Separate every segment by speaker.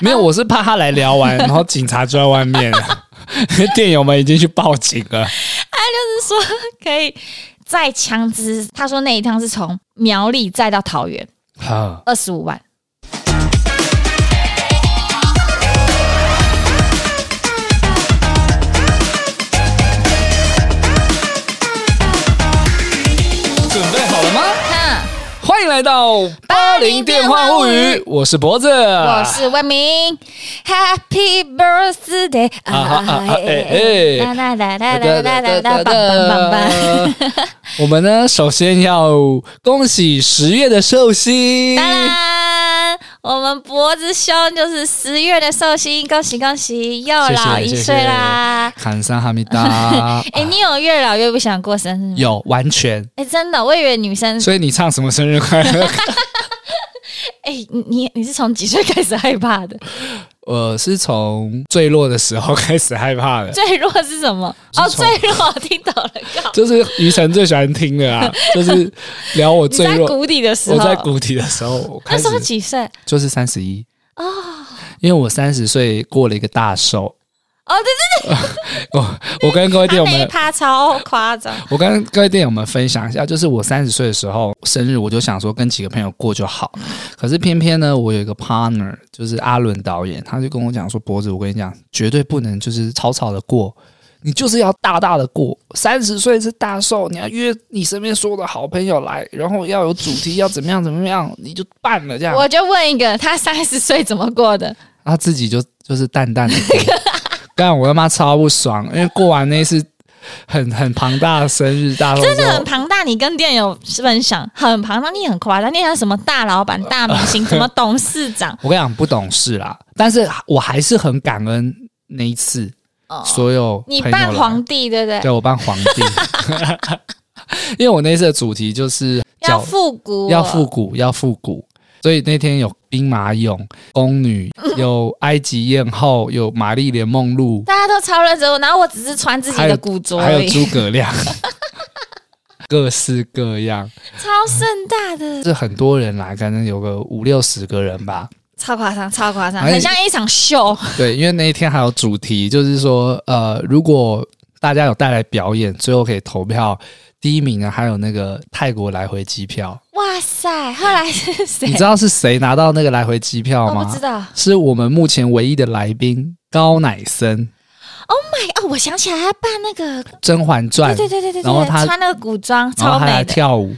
Speaker 1: 没有，我是怕他来聊完，然后警察就在外面了，店友们已经去报警了。
Speaker 2: 就是说可以载枪支。他说那一趟是从苗栗载到桃园，
Speaker 1: 哈，
Speaker 2: 二十五万。
Speaker 1: 准备好了吗？
Speaker 2: 哼，
Speaker 1: 欢迎来到八零电话物语，我是脖子，
Speaker 2: 我
Speaker 1: 我
Speaker 2: 是文明，Happy Birthday！啊
Speaker 1: 啊啊啊哎哎
Speaker 2: 哒哒哒哒哒哒哒哒，棒棒棒棒！
Speaker 1: 我们呢，首先要恭喜十月的寿星，
Speaker 2: 当然，我们脖子兄就是十月的寿星，恭喜恭喜，又老一岁啦！。
Speaker 1: 喊上哈密达
Speaker 2: 哎，你有越老越不想过生日吗？
Speaker 1: 有完全，
Speaker 2: 哎，真的，我以为女生，
Speaker 1: 所以你唱什么生日快乐？
Speaker 2: 哎，你你你是从几岁开始害怕的？
Speaker 1: 我是从坠落的时候开始害怕 的，
Speaker 2: 坠落是什么？哦，
Speaker 1: 从
Speaker 2: 坠落，听懂了，靠！
Speaker 1: 就是于晨 最喜欢听的啊，就是聊我
Speaker 2: 你
Speaker 1: 坠
Speaker 2: 在
Speaker 1: 落，
Speaker 2: 谷底的时
Speaker 1: 我
Speaker 2: 候，
Speaker 1: 在谷底的时候，我
Speaker 2: 那
Speaker 1: 开
Speaker 2: 时
Speaker 1: 始
Speaker 2: 候几岁？
Speaker 1: 就是三十一啊，因为我三十岁过了一个大寿。
Speaker 2: 哦，对
Speaker 1: 我我跟各位
Speaker 2: 对
Speaker 1: 店友
Speaker 2: 对，他啊那一
Speaker 1: 们，
Speaker 2: 趴超夸张。
Speaker 1: 我跟各位店友们分享一下，就是我三十岁的时候生日，我就想说跟几个朋友过就好。可是偏偏呢，我有一个 partner，就是阿伦导演，他就跟我讲说，脖子，我跟你讲，绝对不能就是草草的过。你就是要大大的过，三十岁是大寿，你要约你身边所有的好朋友来，然后要有主题，要怎么样怎么样，你就办了这样。
Speaker 2: 我就问一个，他三十岁怎么 过的？
Speaker 1: 他自己就就是淡淡的 过。但我他妈超不爽，因为过完那次很很庞大的生日大寿之后，，
Speaker 2: 真的很庞大，你跟店友分享很庞大，你很夸张，你像什么大老板、大明星，什么董事长
Speaker 1: 我跟你讲不懂事啦，但是我还是很感恩那一次、
Speaker 2: 哦，
Speaker 1: 所有
Speaker 2: 你
Speaker 1: 朋友来
Speaker 2: 扮皇帝对不对？
Speaker 1: 对我扮皇 帝，因为我那次的主题就是
Speaker 2: 要
Speaker 1: 叫
Speaker 2: 复古哦，
Speaker 1: 要复古要复古，所以那天有兵马俑、宫 女，有埃及艳后，有玛丽莲梦露，
Speaker 2: 大家都超认真，然后我只是穿自己的古着
Speaker 1: 还
Speaker 2: 而
Speaker 1: 有
Speaker 2: 已，
Speaker 1: 诸葛亮， 各式各样，
Speaker 2: 超盛大的，
Speaker 1: 是很多人来，反正有个五六十个人吧。
Speaker 2: 超夸张，超夸张，
Speaker 1: 哎
Speaker 2: 很像一场秀。
Speaker 1: 对，因为那一天还有主题，就是说，呃，如果大家有带来表演，最后可以投票。第一名啊呢，还有那个泰国来回机票，
Speaker 2: 哇塞，后来是谁哦
Speaker 1: 你？知道是谁拿到那个来回机票
Speaker 2: 我不
Speaker 1: 吗
Speaker 2: 知？道。哎
Speaker 1: 是我们目前唯一的来宾高乃森，
Speaker 2: 哎哦，我想起来，他扮那个，
Speaker 1: 《甄嬛传
Speaker 2: 对》，对对对对
Speaker 1: 然后
Speaker 2: 对，
Speaker 1: 他
Speaker 2: 穿那个古装，
Speaker 1: 然后
Speaker 2: 超
Speaker 1: 他来
Speaker 2: 美的。
Speaker 1: 跳舞，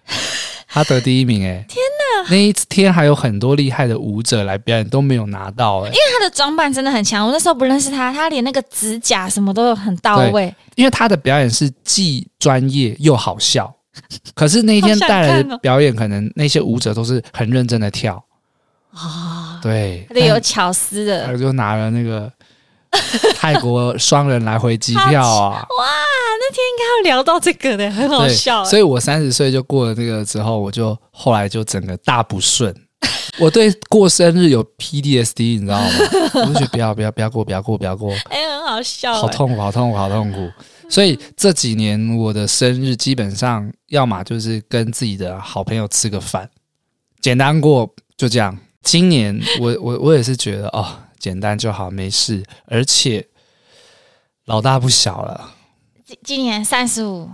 Speaker 1: 他得第一名哎、天哪！那一天还有很多厉害的舞者来表演，都没有拿到哎、
Speaker 2: 他的装扮真的很强，我那时候不认识他，他连那个指甲什么都有很到位。
Speaker 1: 因为他的表演是既专业又好笑。可是那一天
Speaker 2: 好想
Speaker 1: 带来
Speaker 2: 看
Speaker 1: 的
Speaker 2: 哦
Speaker 1: 表演，可能那些舞者都是很认真的跳，
Speaker 2: 啊，
Speaker 1: 对，哎
Speaker 2: 他的有巧思
Speaker 1: 但
Speaker 2: 的，
Speaker 1: 他就拿了那个泰国双人来回机票啊，
Speaker 2: 哇，那天应该要聊到这个的，很 好
Speaker 1: 对，
Speaker 2: 笑。啊
Speaker 1: 所以我三十岁就过了那个之后，我就后来就整个大不顺。我对过生日有 PDSD，你知道吗？我就觉得不要不要不要过不要过不要过，
Speaker 2: 哎、很好笑、
Speaker 1: 好
Speaker 2: 哎
Speaker 1: 痛苦好痛苦好痛 苦。所以这几年我的生日基本上要么就是跟自己的好朋友吃个饭，简单过就这样。今年我我我也是觉得哦，简单就好，没事。而且老大不小了，
Speaker 2: 今今年三十五，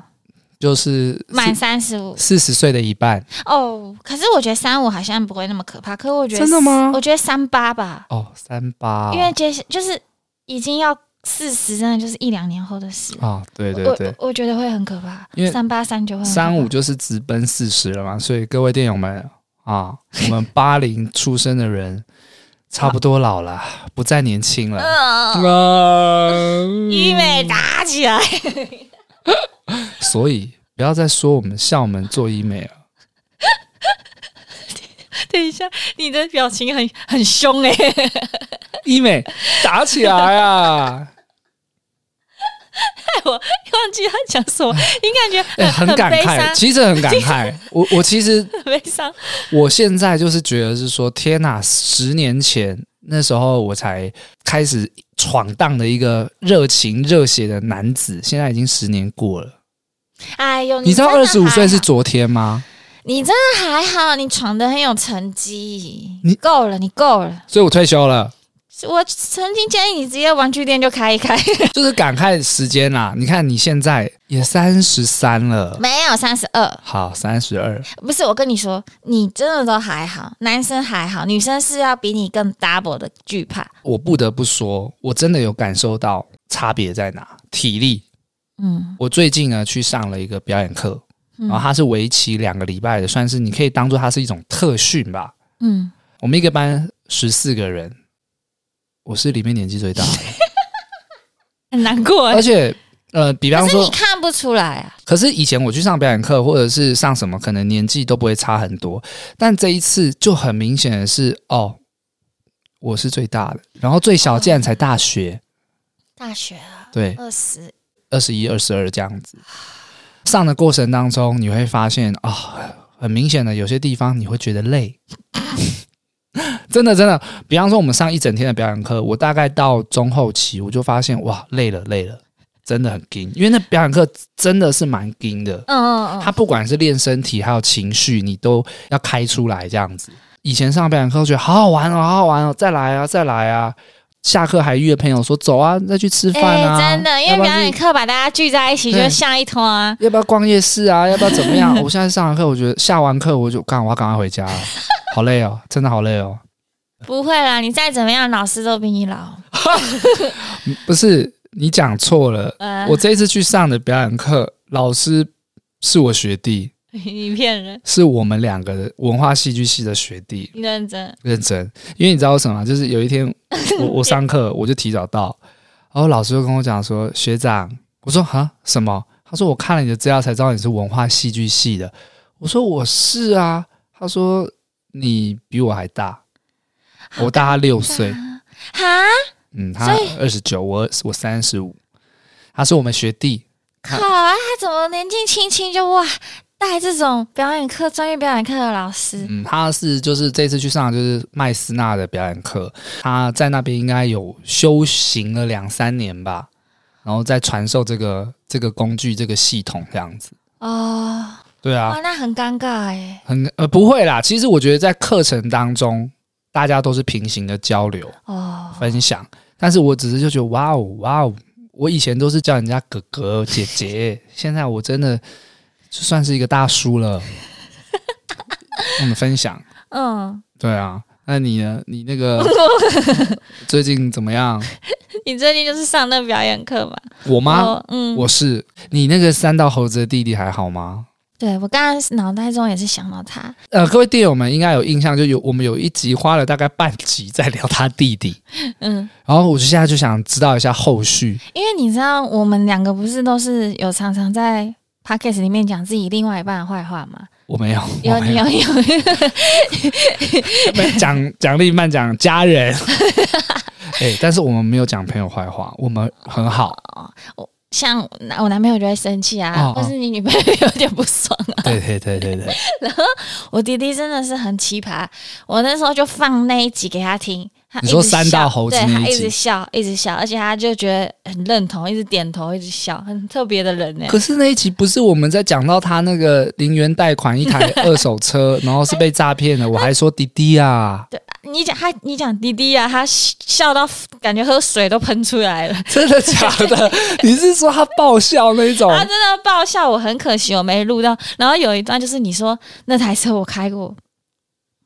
Speaker 1: 就是
Speaker 2: 满三十五
Speaker 1: 四十岁的一半。
Speaker 2: 哦。可是我觉得三五好像不会那么可怕，可是我觉得
Speaker 1: 真的吗
Speaker 2: 我觉得三八吧，
Speaker 1: 哦，三八哦、
Speaker 2: 因为接下就是已经要四十，真的就是一两年后的事。
Speaker 1: 啊、对对对，
Speaker 2: 我我觉得会很可怕
Speaker 1: 因为，
Speaker 2: 三八三九会很可怕
Speaker 1: 三五就是直奔四十了嘛，所以各位电友们 啊，我们八零出生的人差不多老了，不再年轻了。
Speaker 2: 呃
Speaker 1: 啊
Speaker 2: 医美打起来，
Speaker 1: 所以不要再说我们笑我们做医美了。
Speaker 2: 等一下，你的表情很很凶哎、
Speaker 1: 医美打起来啊！
Speaker 2: 忘记他讲什么，你感觉
Speaker 1: 哎、
Speaker 2: 很、
Speaker 1: 很感
Speaker 2: 悲
Speaker 1: 慨，
Speaker 2: 伤，
Speaker 1: 其实很感慨。我我其实
Speaker 2: 很悲伤。
Speaker 1: 我现在就是觉得是说，天哪！十年前那时候我才开始闯荡的一个热情热血的男子，现在已经十年过了。
Speaker 2: 哎呦，
Speaker 1: 你知道
Speaker 2: 真
Speaker 1: 二
Speaker 2: 的
Speaker 1: 十五
Speaker 2: 还
Speaker 1: 岁是
Speaker 2: 好
Speaker 1: 昨天吗？
Speaker 2: 你真的还好，你闯的很有成绩，
Speaker 1: 你
Speaker 2: 你够了，你够了。
Speaker 1: 所以我退休了，
Speaker 2: 我曾经建议你直接玩具店就开一开，
Speaker 1: 就是感慨时间啦。你看你现在也三十三了，
Speaker 2: 没有三十二，
Speaker 1: 好，三十二，
Speaker 2: 不是我跟你说，你真的都还好，男生还好，女生是要比你更 double 的惧怕。
Speaker 1: 我不得不说，我真的有感受到差别在哪，体力。
Speaker 2: 嗯，
Speaker 1: 我最近呢去上了一个表演课，
Speaker 2: 嗯
Speaker 1: 然后它是为期两个礼拜的，算是你可以当做它是一种特训吧。
Speaker 2: 嗯，
Speaker 1: 我们一个班十四个人，我是里面年纪最 大的，
Speaker 2: 很难过
Speaker 1: 而。且呃，比方
Speaker 2: 哦可是
Speaker 1: 说
Speaker 2: 你，看不出来啊，
Speaker 1: 可是以前我去上表演课或者是上什么，可能年纪都不会差很多，但这一次就很明显的是，哦，我是最大的，然后最小竟然才大学，
Speaker 2: 大学啊，
Speaker 1: 对，
Speaker 2: 二十，
Speaker 1: 二十一、二十二这样子。上的过程当中，你会发现啊、很明显的有些地方你会觉得累。 真的真的，比方说我们上一整天的表演课，我大概到中后期，我就发现哇，累了累了，真的很紧，因为那表演课真的是蛮紧的。
Speaker 2: 嗯嗯
Speaker 1: 他
Speaker 2: 嗯，
Speaker 1: 不管是练身体还有情绪，你都要开出来这样子。以前上表演课觉得好好玩哦，好好玩哦，再来啊，再来啊。下课还约朋友说走啊，再去吃饭啊。
Speaker 2: 哎真的，因
Speaker 1: 要
Speaker 2: 为
Speaker 1: 不
Speaker 2: 表
Speaker 1: 然
Speaker 2: 演
Speaker 1: 去
Speaker 2: 课把大家聚在一起，
Speaker 1: 对
Speaker 2: 就像一团啊。
Speaker 1: 要不要逛夜市啊？要不要怎么样？ 我现在上完课，我觉得下完课我就干，我要赶快回家了， 好累哦，真的好累哦。
Speaker 2: 不会啦，你再怎么样，老师都比你老。
Speaker 1: 不是你讲错了，
Speaker 2: 嗯，
Speaker 1: 我这一次去上的表演课，老师是我学弟，
Speaker 2: 你骗人，
Speaker 1: 是我们两个的文化戏剧系的学弟。
Speaker 2: 你认真。
Speaker 1: 认真，因为你知道为什么吗？就是有一天我我上课 我就提早到，然后老师就跟我讲说学长，我说哈什么？他说我看了你的资料才知道你是文化戏剧系的。我说我是啊。他说你比我还大，我大他六岁，
Speaker 2: 哈，
Speaker 1: 嗯，他
Speaker 2: 所
Speaker 1: 二十九，我我三十五，他是我们学弟，
Speaker 2: 靠啊！他怎么年纪轻轻就哇带这种表演课、专业表演课的老师？
Speaker 1: 嗯，他是就是这次去上的就是麦斯纳的表演课，他在那边应该有修行了两三年吧，然后再传授这个这个工具这个系统这样子。
Speaker 2: 哦，
Speaker 1: 对啊
Speaker 2: 哇，，那很尴尬哎。
Speaker 1: 很呃不会啦，其实我觉得在课程当中大家都是平行的交流
Speaker 2: 哦，
Speaker 1: 分享，但是我只是就觉得哇哦哇哦，我以前都是叫人家哥哥姐姐， 现在我真的就算是一个大叔了。我们分享。
Speaker 2: 嗯，
Speaker 1: 对啊，那你呢？你那 个最近怎么样？
Speaker 2: 你最近就是上那表演课嘛？
Speaker 1: 我吗？
Speaker 2: 哦，嗯，
Speaker 1: 我是你那个三道猴子的弟弟还好吗？
Speaker 2: 对我刚刚脑袋中也是想到他，
Speaker 1: 呃，各位弟友们应该有印象，就有我们有一集花了大概半集在聊他弟弟，
Speaker 2: 嗯，
Speaker 1: 然后我就现在就想知道一下后续。
Speaker 2: 因为你知道我们两个不是都是有常常在 podcast 里面讲自己另外一半的坏话吗？
Speaker 1: 我没有，
Speaker 2: 有
Speaker 1: 我没
Speaker 2: 你有
Speaker 1: 有
Speaker 2: 有，
Speaker 1: 没有讲讲另一半讲家 人，哎、但是我们没有讲朋友坏话，我们很好。
Speaker 2: 像我男朋友就会生气啊，
Speaker 1: 哦哦
Speaker 2: 或是你女朋友有点不爽啊。
Speaker 1: 对对对对对，
Speaker 2: 我弟弟真的是很奇葩，我那时候就放那一集给他听。他
Speaker 1: 你说
Speaker 2: 一直笑
Speaker 1: 三大猴子
Speaker 2: 对
Speaker 1: 那一
Speaker 2: 他一
Speaker 1: 集
Speaker 2: 直笑，一直笑，而且他就觉得很认同，一直点头，一直笑，很特别的人欸呢。
Speaker 1: 可是那一集不是我们在讲到他那个零元贷款一台二手车，然后是被诈骗的，我还说滴滴啊，
Speaker 2: 你讲他，你讲弟弟啊，他笑到感觉喝水都喷出来了，
Speaker 1: 真的假的？你是说他爆笑那种？
Speaker 2: 他真的爆笑。我很可惜我没录到。然后有一段就是你说那台车我开过，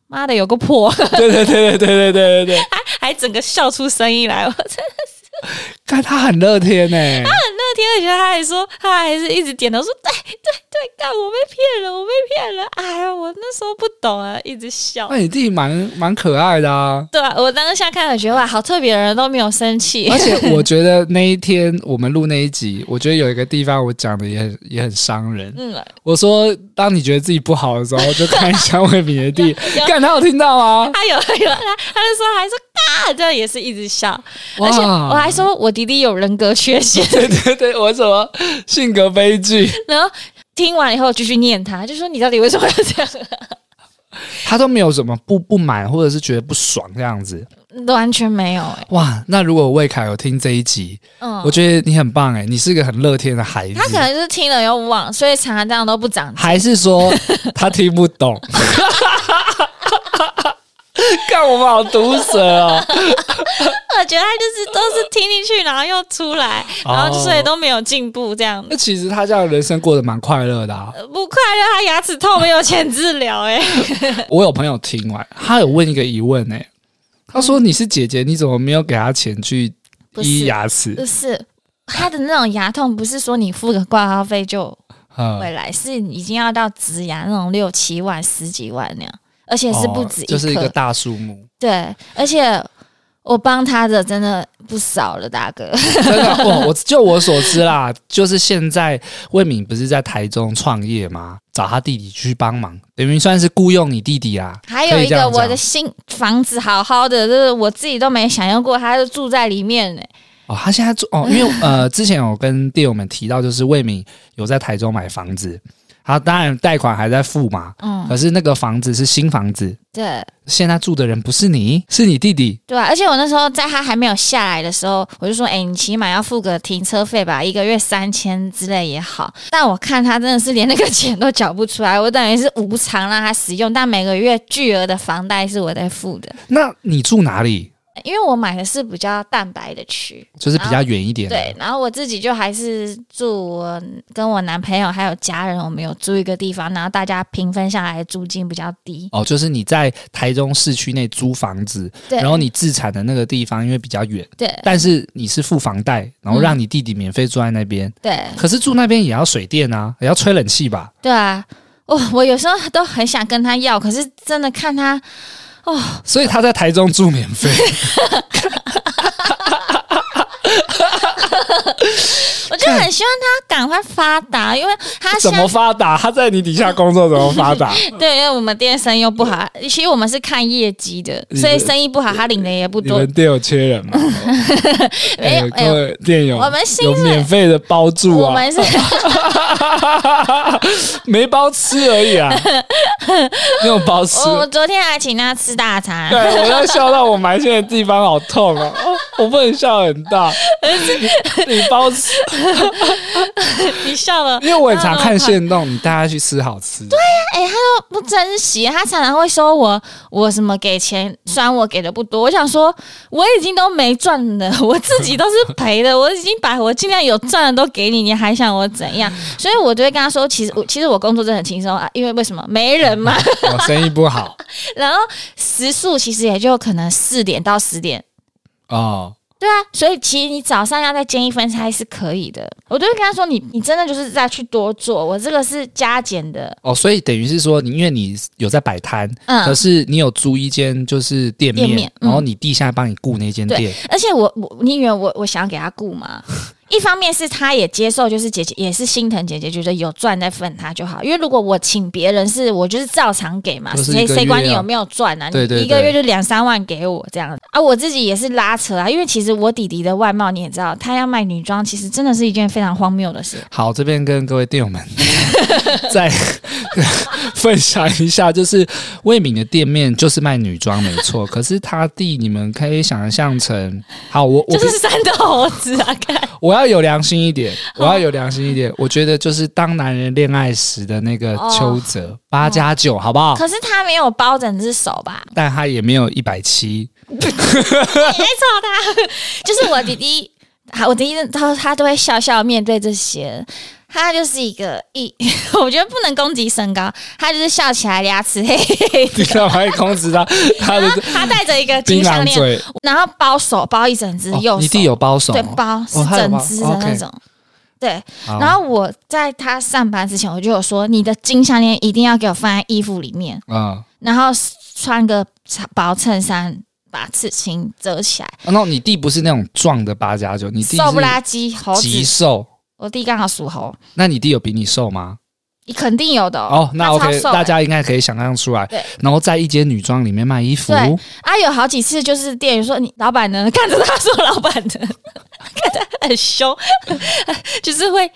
Speaker 2: 妈的有个破，
Speaker 1: 对对对对对对对对对，
Speaker 2: 还整个笑出声音来。我真的
Speaker 1: 看他很乐天欸呢、
Speaker 2: 那天而且他还说，他还是一直点头说对对对，干我被骗了，我被骗了。哎呀，我那时候不懂啊，一直笑
Speaker 1: 那。你弟蛮蛮可爱的啊。
Speaker 2: 对啊，我当下看了觉得哇，好特别的人都没有生气
Speaker 1: 而。且我觉得那一天我们录那一集，我觉得有一个地方我讲的也很也很伤人。
Speaker 2: 嗯，
Speaker 1: 我说，当你觉得自己不好的时候，就看一下魏敏的弟，看他有听到吗？
Speaker 2: 他有 有他，他就说还说嘎，这也是一直笑，
Speaker 1: 哇
Speaker 2: 而且我还说我弟弟有人格缺陷，
Speaker 1: 对对对，我什么性格悲剧？
Speaker 2: 然后听完以后继续念他，就说你到底为什么要这样？
Speaker 1: 他都没有什么不不满或者是觉得不爽这样子。
Speaker 2: 完全没有哎、
Speaker 1: 哇，那如果魏凯有听这一集，
Speaker 2: 嗯，
Speaker 1: 我觉得你很棒哎、你是一个很乐天的孩子。
Speaker 2: 他可能就是听了又忘，所以常常这样都 不长进。
Speaker 1: 还是说他听不 懂？看我们好毒舌哦！
Speaker 2: 我觉得他就是都是听进去，然后又出来，
Speaker 1: 哦
Speaker 2: 然后就所以都没有进步这样。
Speaker 1: 那其实他这样的人生过得蛮快乐的、啊。
Speaker 2: 呃不快乐，他牙齿痛没有钱治疗 哎、
Speaker 1: 我有朋友听完，他有问一个疑问呢、他说：“你是姐姐，你怎么没有给他钱去
Speaker 2: 不
Speaker 1: 医
Speaker 2: 是
Speaker 1: 牙齿
Speaker 2: 不是他的那种牙痛，不是说你付个挂号费就？”
Speaker 1: 嗯，
Speaker 2: 回来，是已经要到植牙那种六七万、十几万那样，而且是不
Speaker 1: 哦
Speaker 2: 止一颗、
Speaker 1: 就是一个大数目。
Speaker 2: 对，而且我帮他的真的不少了，大哥。
Speaker 1: 真的，哦我我就我所知啦，就是现在魏敏不是在台中创业吗？找他弟弟去帮忙，等于算是雇佣你弟弟啦。
Speaker 2: 还有
Speaker 1: 可以
Speaker 2: 一
Speaker 1: 这
Speaker 2: 个
Speaker 1: 样
Speaker 2: 我的
Speaker 1: 讲
Speaker 2: 新房子好好的，就是我自己都没享用过，他就住在里面欸呢、
Speaker 1: 哦，他现在住哦，因为呃，之前有跟店友们提到，就是魏敏有在台中买房子，他当然贷款还在付嘛，
Speaker 2: 嗯，
Speaker 1: 可是那个房子是新房子，
Speaker 2: 对
Speaker 1: 现在住的人不是你，是你弟弟。
Speaker 2: 对啊，而且我那时候在他还没有下来的时候，我就说，哎、你起码要付个停车费吧，一个月三千之类也好。但我看他真的是连那个钱都缴不出来，我等于是无偿让他使用，但每个月巨额的房贷是我在付的，
Speaker 1: 那你住哪里？
Speaker 2: 因为我买的是比较蛋白的区。
Speaker 1: 就是比较远一点的。
Speaker 2: 啊对，然后我自己就还是住我跟我男朋友还有家人，我们有租一个地方，然后大家平分下来租金比较低。
Speaker 1: 哦，就是你在台中市区内租房子，
Speaker 2: 对，
Speaker 1: 然后你自产的那个地方因为比较远，
Speaker 2: 对
Speaker 1: 但是你是付房贷，然后
Speaker 2: 嗯
Speaker 1: 让你弟弟免费住在那边。
Speaker 2: 对
Speaker 1: 可是住那边也要水电啊，也要吹冷气吧？
Speaker 2: 对啊，哦，我有时候都很想跟他要，可是真的看他
Speaker 1: 所以他在台中住免费。
Speaker 2: 我就很希望他赶快发达，因为 他
Speaker 1: 怎
Speaker 2: 现
Speaker 1: 么
Speaker 2: 在
Speaker 1: 发达？他在你底下工作怎么发达？
Speaker 2: 对，因为 我们店生意又不好，其实我们是看业绩的，
Speaker 1: 你
Speaker 2: 所以
Speaker 1: 们
Speaker 2: 生意不好，他领的也不
Speaker 1: 你
Speaker 2: 多
Speaker 1: 们。店有缺人吗？
Speaker 2: 没有
Speaker 1: 哎
Speaker 2: 没有
Speaker 1: 各位店友，
Speaker 2: 我们薪
Speaker 1: 有
Speaker 2: 水
Speaker 1: 免费的包住
Speaker 2: 我
Speaker 1: 啊，
Speaker 2: 们是
Speaker 1: 没包吃而已 啊，没有包吃。
Speaker 2: 我我昨天还请他吃大餐
Speaker 1: 对，，我要笑到我埋线的地方好痛哦，哦 我不能笑很 大。你包吃，
Speaker 2: 你笑了嗯
Speaker 1: 因为我很常看线动，你带他去吃好吃的。
Speaker 2: 不珍惜，他常常会说我我什么给钱，虽然我给的不多，我想说我已经都没赚的， 我自己都是赔的，我已经把我尽量有赚的都给你，你还想我怎样？所以我就会跟他说，其实我其实我工作真的很轻松啊，因为为什么没人嘛，
Speaker 1: 我哦生意不好
Speaker 2: 然后时速其实也就可能四点到十点。
Speaker 1: 哦，
Speaker 2: 对啊，所以其实你早上要再煎一份菜是可以的。我就会跟他说你，你真的就是再去多做，我这个是加减的。
Speaker 1: 哦，所以等于是说，你因为你有在摆摊，
Speaker 2: 嗯，
Speaker 1: 可是你有租一间就是店面，
Speaker 2: 店面嗯
Speaker 1: 然后你弟现在帮你雇那间店，
Speaker 2: 而且我我你以为我我想要给他 雇吗？一方面是他也接受，就是姐姐也是心疼姐姐，觉得有赚再分他就好。因为如果我请别人是，我就是照常给嘛，
Speaker 1: 就是
Speaker 2: 谁
Speaker 1: 一个
Speaker 2: 谁管
Speaker 1: 月啊
Speaker 2: 你有没有赚啊？
Speaker 1: 对对
Speaker 2: 你一个
Speaker 1: 对
Speaker 2: 月就两三万给我这样啊，我自己也是拉扯啊。因为其实我弟弟的外貌你也知道，他要卖女装，其实真的是一件非常荒谬的事。
Speaker 1: 好，这边跟各位店友们 再 分享一下，就是魏敏的店面就是卖女装没错，可是他弟你们可以想象成，好，我我、
Speaker 2: 就是三头猴子啊！看，
Speaker 1: 我要有良心一点，我要有良心一点，我觉得就是当男人恋爱时的那个
Speaker 2: 哦
Speaker 1: 邱泽八加九，好不好？
Speaker 2: 可是他没有包整只手吧？
Speaker 1: 但他也没有一百七，
Speaker 2: 就是我弟弟，好，我弟弟他他都会笑笑面对这些。他就是一个一， 我觉得不能攻击身高，他就是笑起来牙齿黑黑 的，
Speaker 1: 你干嘛要控制他他
Speaker 2: 然
Speaker 1: 的
Speaker 2: 后他戴着一个
Speaker 1: 槟
Speaker 2: 金项
Speaker 1: 榔
Speaker 2: 链，
Speaker 1: 嘴？
Speaker 2: 然后包手包一整只
Speaker 1: 哦
Speaker 2: 右手，
Speaker 1: 你弟有包手
Speaker 2: 对
Speaker 1: 哦，
Speaker 2: 包是
Speaker 1: 他有
Speaker 2: 整
Speaker 1: 包哦
Speaker 2: 只的那
Speaker 1: ，OK
Speaker 2: 种。对，
Speaker 1: 好
Speaker 2: 然后我在他上班之前，我就有说，你的金项链一定要给我放在衣服里面，
Speaker 1: 嗯，
Speaker 2: 然后穿个薄衬衫，把刺青遮起来，
Speaker 1: 然后你弟不是那种壮的八加九，你弟
Speaker 2: 瘦不拉
Speaker 1: 是
Speaker 2: 几猴子
Speaker 1: 极瘦。
Speaker 2: 我弟刚好属猴，
Speaker 1: 那你弟有比你瘦吗？
Speaker 2: 你肯定有的哦。
Speaker 1: 哦，那
Speaker 2: 他超
Speaker 1: OK，
Speaker 2: 瘦欸
Speaker 1: 大家应该可以想象出来
Speaker 2: 对。
Speaker 1: 然后在一间女装里面卖衣服，
Speaker 2: 对啊，有好几次就是店员说你老板呢， 看着他说老板呢，看他很凶，就是会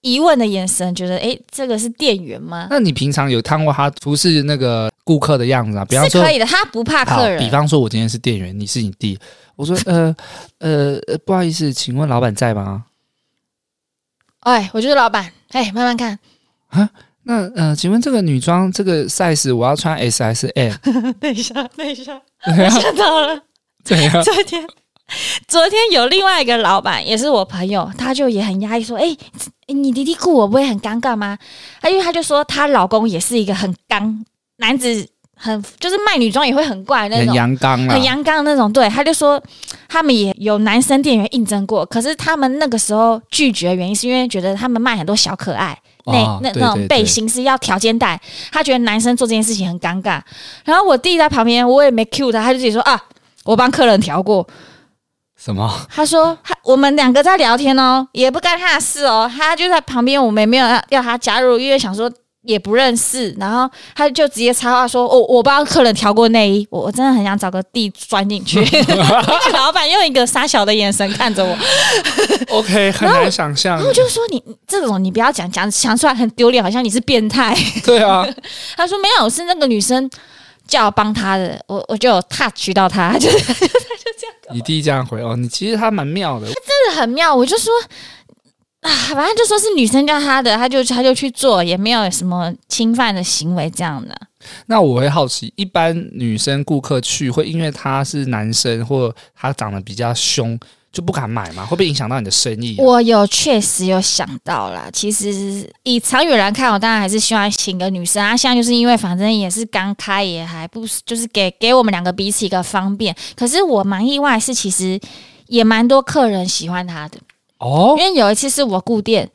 Speaker 2: 疑问的眼神，觉得哎，这个是店员吗？
Speaker 1: 那你平常有看过他服侍那个顾客的样子啊？比方
Speaker 2: 是
Speaker 1: 说
Speaker 2: 可，以的，他不怕
Speaker 1: 好
Speaker 2: 客，人
Speaker 1: 比。方说我今天是店员，你是你弟，我说呃呃呃，不好意思，请问老板在吗？
Speaker 2: 哎，我就是老板，哎，慢慢看，
Speaker 1: 那呃，请问这个女装这个 size 我要穿 S 还是 M？
Speaker 2: 等一下，等一下，
Speaker 1: 对 啊，
Speaker 2: 看到了。
Speaker 1: 对 啊，
Speaker 2: 昨天，昨天有另外一个老板，也是我朋友，他就也很压抑，说：“哎、你弟弟雇我不会很尴尬吗？”他因为他就说，她老公也是一个很刚男子，很就是卖女装也会很怪那
Speaker 1: 很
Speaker 2: 种。
Speaker 1: 阳刚啊，
Speaker 2: 很阳刚的那种，对，他就说他们也有男生店员应征过，可是他们那个时候拒绝的原因是因为觉得他们卖很多小可爱，那、
Speaker 1: 哦
Speaker 2: 那
Speaker 1: 对
Speaker 2: 那
Speaker 1: 对
Speaker 2: 种背
Speaker 1: 对
Speaker 2: 心是要条肩带，他觉得男生做这件事情很尴尬。然后我弟在旁边，我也没 cue 他，他就自己说啊，我帮客人调过。
Speaker 1: 什么？
Speaker 2: 他说他我们两个在聊天哦，也不干他的事哦，他就在旁边，我们也没有要要他加入，因为想说。也不认识，然后他就直接插话说：“我、我帮客人调过内衣，我我真的很想找个地钻 进去。”那个老板用一个傻小的眼神看着我，
Speaker 1: OK，很难想象
Speaker 2: 然后。我就说你：“你这种你不要讲讲讲出来很丢脸，好像你是变态。”
Speaker 1: 对啊，
Speaker 2: 他说没有，是那个女生叫我帮她的，我我就有 touch 到她， 就是
Speaker 1: 你弟这样回哦，你其实他蛮妙的。
Speaker 2: 真的很妙。我就说啊，反正就说是女生叫他的，他就他就去做，也没有什么侵犯的行为这样的。
Speaker 1: 那我会好奇，一般女生顾客去会因为他是男生或他长得比较凶就不敢买吗？会不会影响到你的生意啊、
Speaker 2: 我有确实有想到啦，其实以长远来看，我当然还是希望请个女生啊。现在就是因为反正也是刚开，也还不是就是给给我们两个彼此一个方便。可是我蛮意外，是其实也蛮多客人喜欢她的。
Speaker 1: 哦，
Speaker 2: 因为有一次是我顾店，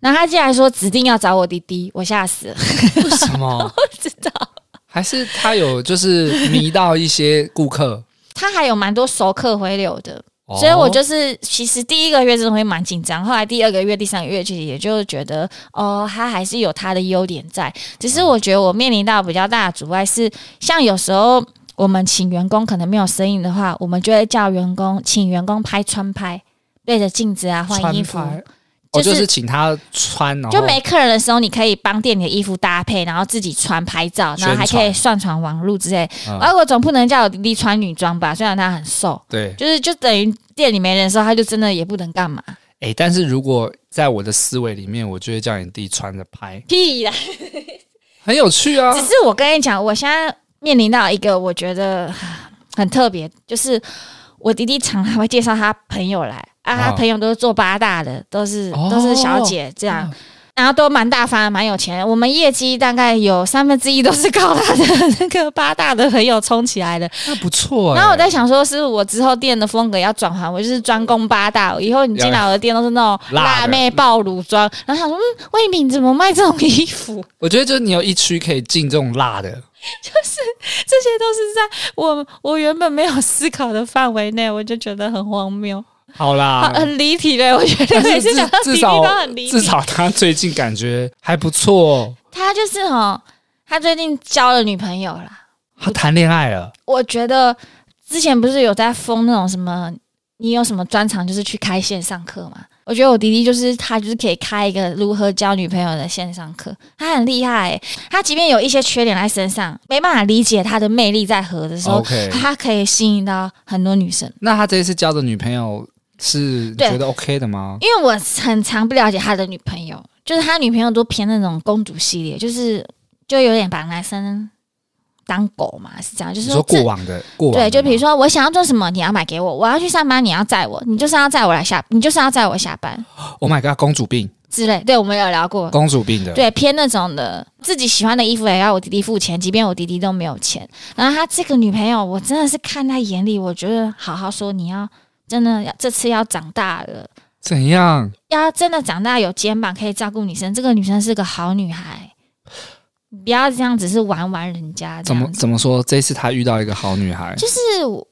Speaker 2: 然后他竟然说指定要找我弟弟，我吓死了，
Speaker 1: 为什么？
Speaker 2: 不知道。
Speaker 1: 还是他有就是迷到一些顾客？
Speaker 2: 他还有蛮多熟客回流的，
Speaker 1: 哦
Speaker 2: 所以我就是其实第一个月真的会蛮紧张，后来第二个月、第三个月其实也就觉得哦，他还是有他的优点在，只是我觉得我面临到比较大的阻碍是，像有时候我们请员工可能没有生意的话，我们就会叫员工请员工拍穿拍，对着镜子啊换
Speaker 1: 穿
Speaker 2: 衣服，
Speaker 1: 拍哦，
Speaker 2: 就
Speaker 1: 就是是请他穿，然后
Speaker 2: 就没客人的时候，你可以帮店里的衣服搭配，然后自己穿拍照，然后还可以上传网路之类。
Speaker 1: 嗯
Speaker 2: 而我总不能叫我弟弟穿女装吧？虽然他很瘦，
Speaker 1: 对。
Speaker 2: 就是就等于店里没人的时候，他就真的也不能干嘛。
Speaker 1: 哎、但是如果在我的思维里面，我就会叫你弟穿着拍，
Speaker 2: 屁啦！
Speaker 1: 很有趣啊
Speaker 2: 只。是我跟你讲，我现在面临到一个我觉得 啊很特别，就是我弟弟常常会介绍他朋友来啊，他
Speaker 1: 哦
Speaker 2: 朋友都是做八大的，都是
Speaker 1: 哦嗯
Speaker 2: 都是小姐这样。然后都蛮大方，蛮有钱的。我们业绩大概有三分之一都是靠他的那个八大的朋友冲起来的。
Speaker 1: 那不错、欸。
Speaker 2: 然后我在想，说是我之后店的风格要转换，我就是专攻八大。以后你进来我的店都是那种
Speaker 1: 辣的
Speaker 2: 辣妹爆乳装，然后想说，嗯，魏敏怎么卖这种衣服？
Speaker 1: 我觉得就是你有一区可以进这种辣的，
Speaker 2: 这些都是在我我原本没有思考的范围内，我就觉得很荒谬，
Speaker 1: 好啦，
Speaker 2: 很很离题嘞。我觉得
Speaker 1: 啊但
Speaker 2: 每
Speaker 1: 是
Speaker 2: 次
Speaker 1: 至
Speaker 2: 讲到
Speaker 1: 至少
Speaker 2: 离题都很离
Speaker 1: 至
Speaker 2: 题。
Speaker 1: 少他最近感觉还不错哦，
Speaker 2: 他就是哈、他最近交了女朋友啦。
Speaker 1: 他谈恋爱了，
Speaker 2: 我觉得之前不是有在封那种什么，你有什么专长就是去开线上课嘛？我觉得我弟弟就是他，就是可以开一个如何交女朋友的线上课，他很厉害、欸。他即便有一些缺点在身上，没办法理解他的魅力在何的时候
Speaker 1: OK
Speaker 2: 他可以吸引到很多女生。
Speaker 1: 那他这一次交的女朋友是
Speaker 2: 对
Speaker 1: 觉得 OK 的吗？
Speaker 2: 因为我很常不了解他的女朋友，就是他女朋友都偏那种公主系列，就是就有点把男生当狗嘛，是这样，就
Speaker 1: 你
Speaker 2: 是
Speaker 1: 说
Speaker 2: 这
Speaker 1: 过往的过往的吗，
Speaker 2: 对，就比如说我想要做什么，你要买给我；我要去上班，你要载我，你就是要载我来下，你就是要载我下班
Speaker 1: ，Oh my god，公主病，
Speaker 2: 之类。对，我们有聊过，
Speaker 1: 公主病的，
Speaker 2: 对，偏那种的，自己喜欢的衣服也要我弟弟付钱，即便我弟弟都没有钱。然后他这个女朋友，我真的是看在眼里，我觉得好好说，你要真的要这次要长大了，
Speaker 1: 怎样？
Speaker 2: 要真的长大有肩膀可以照顾女生，这个女生是个好女孩。你不要这样，只是玩玩人家。这
Speaker 1: 怎
Speaker 2: 样
Speaker 1: 么
Speaker 2: 子。
Speaker 1: 怎么说？这一次他遇到一个好女孩，
Speaker 2: 就是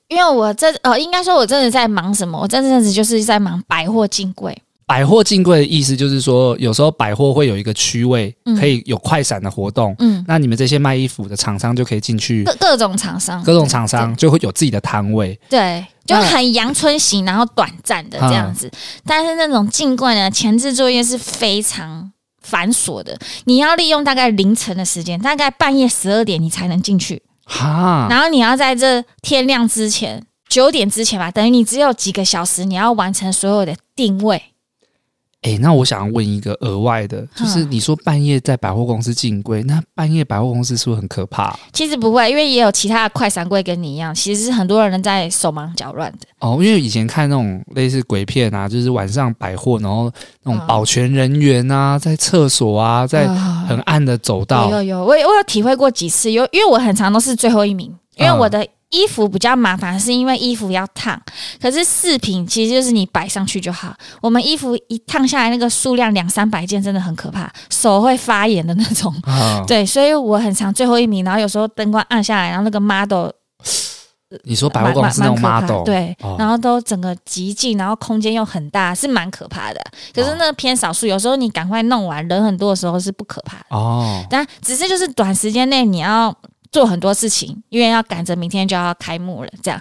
Speaker 2: 因为我这呃，应该说我真的在忙什么？我这阵子就是在忙百货进柜，
Speaker 1: 百货进柜的意思就是说，有时候百货会有一个区位
Speaker 2: 嗯
Speaker 1: 可以有快闪的活动，
Speaker 2: 嗯，
Speaker 1: 那你们这些卖衣服的厂商就可以进去
Speaker 2: 各各种厂商，
Speaker 1: 各种厂商就会有自己的摊位。
Speaker 2: 对，就很阳春型，然后短暂的这样子。但是那种进冠的前置作业是非常繁琐的，你要利用大概凌晨的时间，大概半夜十二点你才能进去，
Speaker 1: 哈，
Speaker 2: 然后你要在这天亮之前。九点之前吧，等于你只有几个小时，你要完成所有的定位。
Speaker 1: 哎、那我想问一个额外的，就是你说半夜在百货公司进柜，那半夜百货公司是不是很可怕、
Speaker 2: 其实不会，因为也有其他的快闪柜跟你一样，其实是很多人在手忙脚乱的。
Speaker 1: 哦，因为以前看那种类似鬼片啊，就是晚上百货，然后那种
Speaker 2: 嗯
Speaker 1: 保全人员啊，在厕所啊，在
Speaker 2: 啊
Speaker 1: 很暗的走
Speaker 2: 有
Speaker 1: 道，
Speaker 2: 有有，我有我有体会过几次，有因为我很常都是最后一名，因为
Speaker 1: 嗯
Speaker 2: 我的衣服比较麻烦，是因为衣服要烫。可是饰品其实就是你摆上去就好，我们衣服一烫下来，那个数量两三百件，真的很可怕，手会发炎的那种。
Speaker 1: 啊，
Speaker 2: 对，所以我很常最后一名，然后有时候灯光暗下来，然后那个 model
Speaker 1: 你说哦百货
Speaker 2: 蛮
Speaker 1: 公
Speaker 2: 蛮
Speaker 1: 司那种
Speaker 2: 蛮可怕
Speaker 1: model，
Speaker 2: 对，
Speaker 1: 哦
Speaker 2: 然后都整个极尽，然后空间又很大，是蛮可怕的。可是
Speaker 1: 哦
Speaker 2: 那偏少数，有时候你赶快弄完，人很多的时候是不可怕的。
Speaker 1: 哦，
Speaker 2: 但只是就是短时间内你要做很多事情，因为要赶着明天就要开幕了，这样。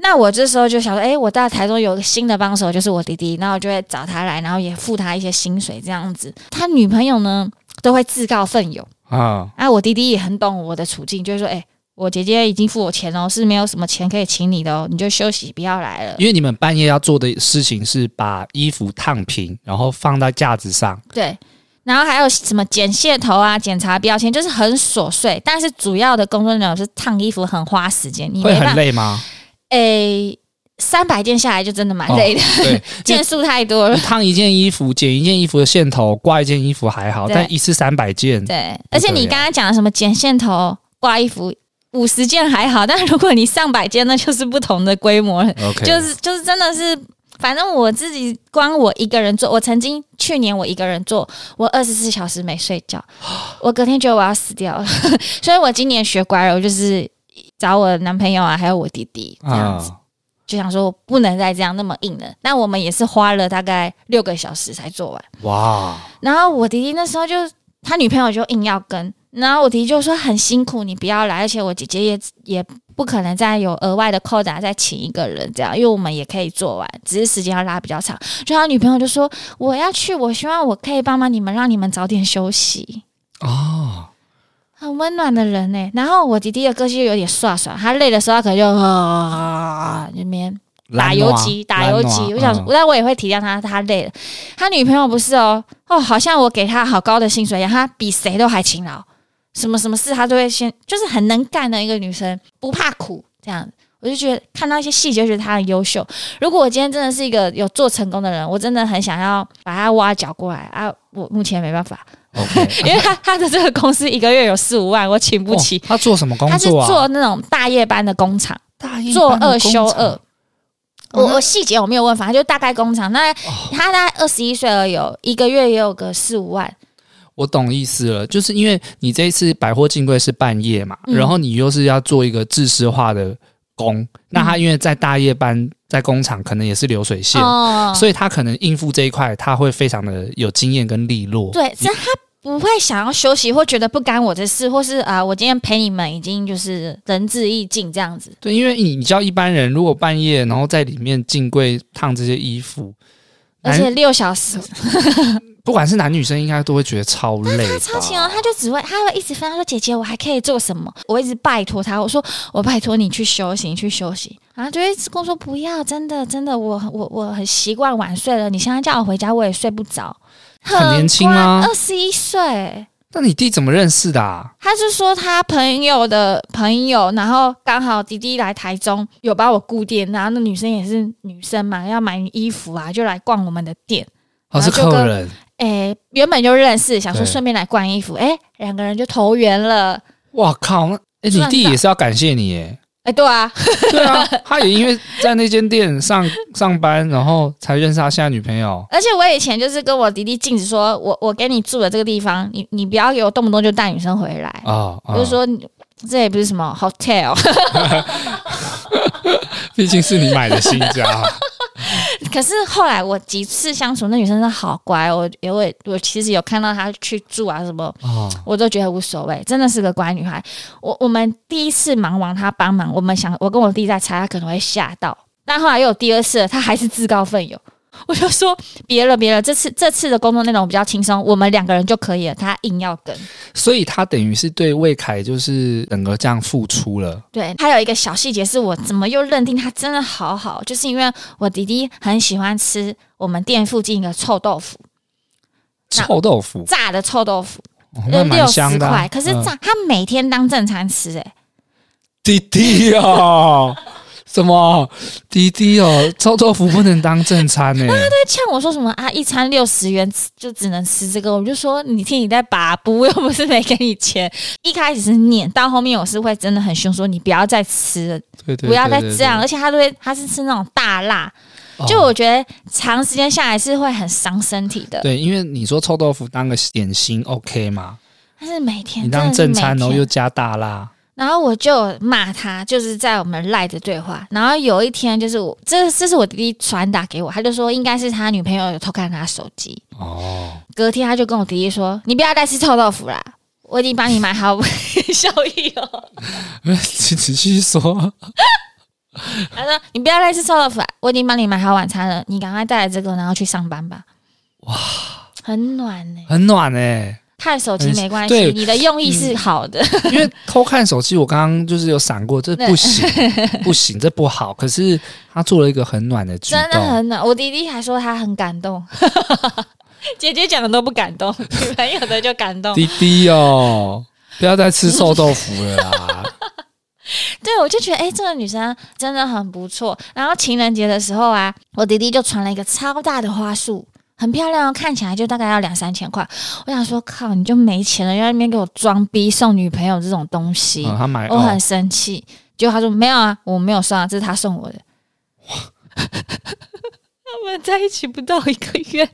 Speaker 2: 那我这时候就想说，诶，哎我到台中有个新的帮手，就是我弟弟，那我就会找他来，然后也付他一些薪水这样子。他女朋友呢都会自告奋勇，
Speaker 1: 啊，
Speaker 2: 啊，我弟弟也很懂我的处境，就是说，诶，我姐姐已经付我钱哦，是没有什么钱可以请你的哦，你就休息，不要来了。
Speaker 1: 因为你们半夜要做的事情是把衣服烫平，然后放到架子上，
Speaker 2: 对，然后还有什么剪线头啊、检查标签，就是很琐碎，但是主要的工作内容是烫衣服，很花时间，你
Speaker 1: 会
Speaker 2: 没办
Speaker 1: 很
Speaker 2: 法。
Speaker 1: 累 吗？
Speaker 2: 诶，三百件下来就真的蛮累的，
Speaker 1: 对，
Speaker 2: 件数太多了
Speaker 1: 你。烫一件衣服，剪一件衣服的线头，挂一件衣服还好，
Speaker 2: 对
Speaker 1: 但一次三百件，
Speaker 2: 对，
Speaker 1: 不得了
Speaker 2: 而且你刚刚讲的什么剪线头、挂衣服，五十件还好，但如果你上百件，那就是不同的规模了。
Speaker 1: OK，
Speaker 2: 就是就是真的是，反正我自己光我一个人做，我曾经去年我一个人做，我二十四小时没睡觉，我隔天觉得我要死掉了， 所以我今年学乖了，我就是找我男朋友啊，还有我弟弟这样子，
Speaker 1: 啊，
Speaker 2: 就想说我不能再这样那么硬了。那我们也是花了大概六个小时才做完，
Speaker 1: 哇，
Speaker 2: 然后我弟弟那时候就他女朋友就硬要跟。然后我弟弟就说很辛苦，你不要来，而且我姐姐也也不可能再有额外的扣打再请一个人这样，因为我们也可以做完，只是时间要拉比较长。就他女朋友就说我要去，我希望我可以帮帮你们，让你们早点休息。
Speaker 1: 哦，
Speaker 2: 很温暖的人呢、然后我弟弟的个性又有点耍耍，他累的时候他可能就啊那边打游
Speaker 1: 啊
Speaker 2: 击，打游击。我想，
Speaker 1: 说，
Speaker 2: 但我也会体谅他，他累了。他女朋友不是哦，哦，好像我给他好高的薪水一样，他比谁都还勤劳，什么什么事他都会先，就是很能干的一个女生，不怕苦这样。我就觉得看到一些细节，觉得她很优秀。如果我今天真的是一个有做成功的人，我真的很想要把她挖角过来啊！我目前没办法，
Speaker 1: 嗯 OK
Speaker 2: 因为他他的这个公司一个月有四五万，我请 不起
Speaker 1: 哦。他做什么工
Speaker 2: 他是
Speaker 1: 作啊？
Speaker 2: 做那种大夜班的工厂。
Speaker 1: 大一
Speaker 2: 做
Speaker 1: 班的
Speaker 2: 二
Speaker 1: 工
Speaker 2: 休
Speaker 1: 厂
Speaker 2: 二。嗯
Speaker 1: 哦
Speaker 2: 我
Speaker 1: 那
Speaker 2: 我细节我没有问，反正就大概工厂。那他大概二十一岁而已哦，一个月也有个四五万。
Speaker 1: 我懂意思了，就是因为你这一次百货进柜是半夜嘛，
Speaker 2: 嗯
Speaker 1: 然后你又是要做一个制式化的工，那他因为在大夜班在工厂可能也是流水线，
Speaker 2: 嗯哦
Speaker 1: 所以他可能应付这一块他会非常的有经验跟利落。
Speaker 2: 对，这他不会想要休息，或觉得不干我的事，或是啊、我今天陪你们已经就是仁至义尽这样子。
Speaker 1: 对，因为你你知道一般人如果半夜然后在里面进柜烫这些衣服，
Speaker 2: 而
Speaker 1: 男
Speaker 2: 且六小时，
Speaker 1: 不管是男女生应该都会觉得超累吧。
Speaker 2: 他超勤哦，他就只会，他会一直分，他说姐姐，我还可以做什么？我一直拜托他，我说我拜托你去休息，你去休息。然后就一直跟我说不要，真的真的，我我我很习惯晚睡了，你现在叫我回家，我也睡不着。
Speaker 1: 很年轻啊
Speaker 2: 二十一岁。
Speaker 1: 那你弟怎么认识的、啊？
Speaker 2: 他是说他朋友的朋友，然后刚好弟弟来台中，有把我顾店，然后那女生也是女生嘛，要买衣服啊，就来逛我们的店。
Speaker 1: 哦，是
Speaker 2: 然
Speaker 1: 客
Speaker 2: 后就跟
Speaker 1: 人
Speaker 2: 诶，原本就认识，想说
Speaker 1: 对
Speaker 2: 顺便来逛衣服，诶，两个人就投缘了。
Speaker 1: 哇靠！那哎、你
Speaker 2: 赚
Speaker 1: 弟
Speaker 2: 到
Speaker 1: 也是要感谢你耶。
Speaker 2: 诶，对啊，
Speaker 1: 对啊，他也因为在那间店上上班，然后才认识他现在女朋友。
Speaker 2: 而且我以前就是跟我弟弟禁止说，我我给你住的这个地方，你你不要给我动不动就带女生回来，
Speaker 1: 啊、
Speaker 2: 我就说你这也不是什么 hotel，
Speaker 1: 毕竟是你买的新 家，
Speaker 2: 可是后来我几次相处，那女生真的好乖，我也我也我其实有看到她去住啊什么，
Speaker 1: 哦，
Speaker 2: 我都觉得无所谓，真的是个乖女孩。我我们第一次忙完她帮忙，我们想我跟我弟在猜，她可能会吓到，但后来又有第二次了，他还是自告奋勇。我就说别了，别了，这次这次的工作内容比较轻松，我们两个人就可以了。他硬要跟，
Speaker 1: 所以他等于是对魏凯就是整个这样付出了。
Speaker 2: 对，还有一个小细节是我怎么又认定他真的好好，就是因为我弟弟很喜欢吃我们店附近一个臭豆腐，那
Speaker 1: 臭豆腐，
Speaker 2: 炸的臭豆腐，
Speaker 1: 哦那蛮
Speaker 2: 六
Speaker 1: 香
Speaker 2: 十
Speaker 1: 的啊、
Speaker 2: 块，可是炸、
Speaker 1: 嗯
Speaker 2: 他每天当正餐吃、欸，
Speaker 1: 弟弟哦， 什么弟弟哦，臭豆腐不能当正餐欸 呢、
Speaker 2: 他呛我说什么啊，一餐六十元就只能吃这个，我就说你听你在把不，又不是没给你钱。 一开始是念，到后面我是会真的很凶，说你不要再吃了，
Speaker 1: 对对，
Speaker 2: 不要再
Speaker 1: 对
Speaker 2: 这样。，而且他都会，他是吃那种大辣，
Speaker 1: 对
Speaker 2: 就
Speaker 1: 哦
Speaker 2: 我觉得长时间下来是会很伤身体的。
Speaker 1: 对，因为你说臭豆腐当个点心 OK 嘛，
Speaker 2: 但是每天
Speaker 1: 你当
Speaker 2: 哎真
Speaker 1: 正
Speaker 2: 的是每
Speaker 1: 餐，然后
Speaker 2: 天
Speaker 1: 又加大辣，
Speaker 2: 然后我就有骂他，就是在我们赖的对话。然后有一天，就是我这这是我弟弟传达给我，他就说应该是他女朋友有偷看他手机。
Speaker 1: 哦，
Speaker 2: 隔天他就跟我弟弟说：“你不要再吃臭豆腐啦，我已经帮你买好效益哦。
Speaker 1: 请仔细说，”
Speaker 2: 他说：“你不要再吃臭豆腐啦，我已经帮你买好晚餐了，你赶快带来这个，然后去上班吧。”哇，很暖呢、
Speaker 1: 很暖哎、
Speaker 2: 看手机
Speaker 1: 很
Speaker 2: 没关
Speaker 1: 对
Speaker 2: 系，你的用意是好的。
Speaker 1: 因为偷看手机，我刚刚就是有闪过，这不行， 不行，这不好。可是他做了一个很暖的举
Speaker 2: 真的
Speaker 1: 动，
Speaker 2: 很暖。我弟弟还说他很感动， 姐姐讲的都不感动，女朋友的就感动。
Speaker 1: 滴滴哦，不要再吃臭豆腐了啦。
Speaker 2: 对，我就觉得哎、诶这个女生真的很不错。然后情人节的时候啊，我弟弟就传了一个超大的花束。很漂亮哦，看起来就大概要两三千块。我想说，靠，你就没钱了，要在那边给我装逼送女朋友这种东西，
Speaker 1: 嗯，他买
Speaker 2: 我很
Speaker 1: 哦，
Speaker 2: 生气。结果他说没有啊，我没有送啊，这是他送我的。 他们在一起不到一个月，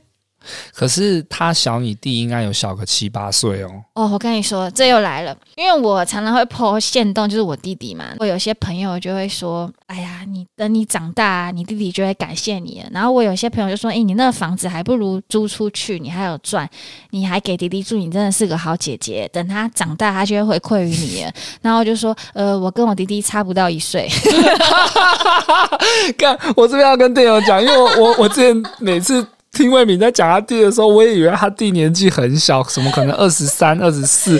Speaker 1: 可是他小你弟应该有小个七八岁 哦。
Speaker 2: 哦，我跟你说，这又来了，因为我常常会 po 线动，就是我弟弟嘛。我有些朋友就会说：“哎呀，你等你长大、啊，你弟弟就会感谢你了。”然后我有些朋友就说：“哎，你那个房子还不如租出去，你还有赚，你还给弟弟住，你真的是个好姐姐。等他长大，他就会回馈于你了。”然后我就说：“呃，我跟我弟弟差不到一岁，
Speaker 1: 干，我这边要跟队友讲，因为我我我之前每次听魏敏在讲他弟的时候，我也以为他弟年纪很小，什么可能二十三、二十四，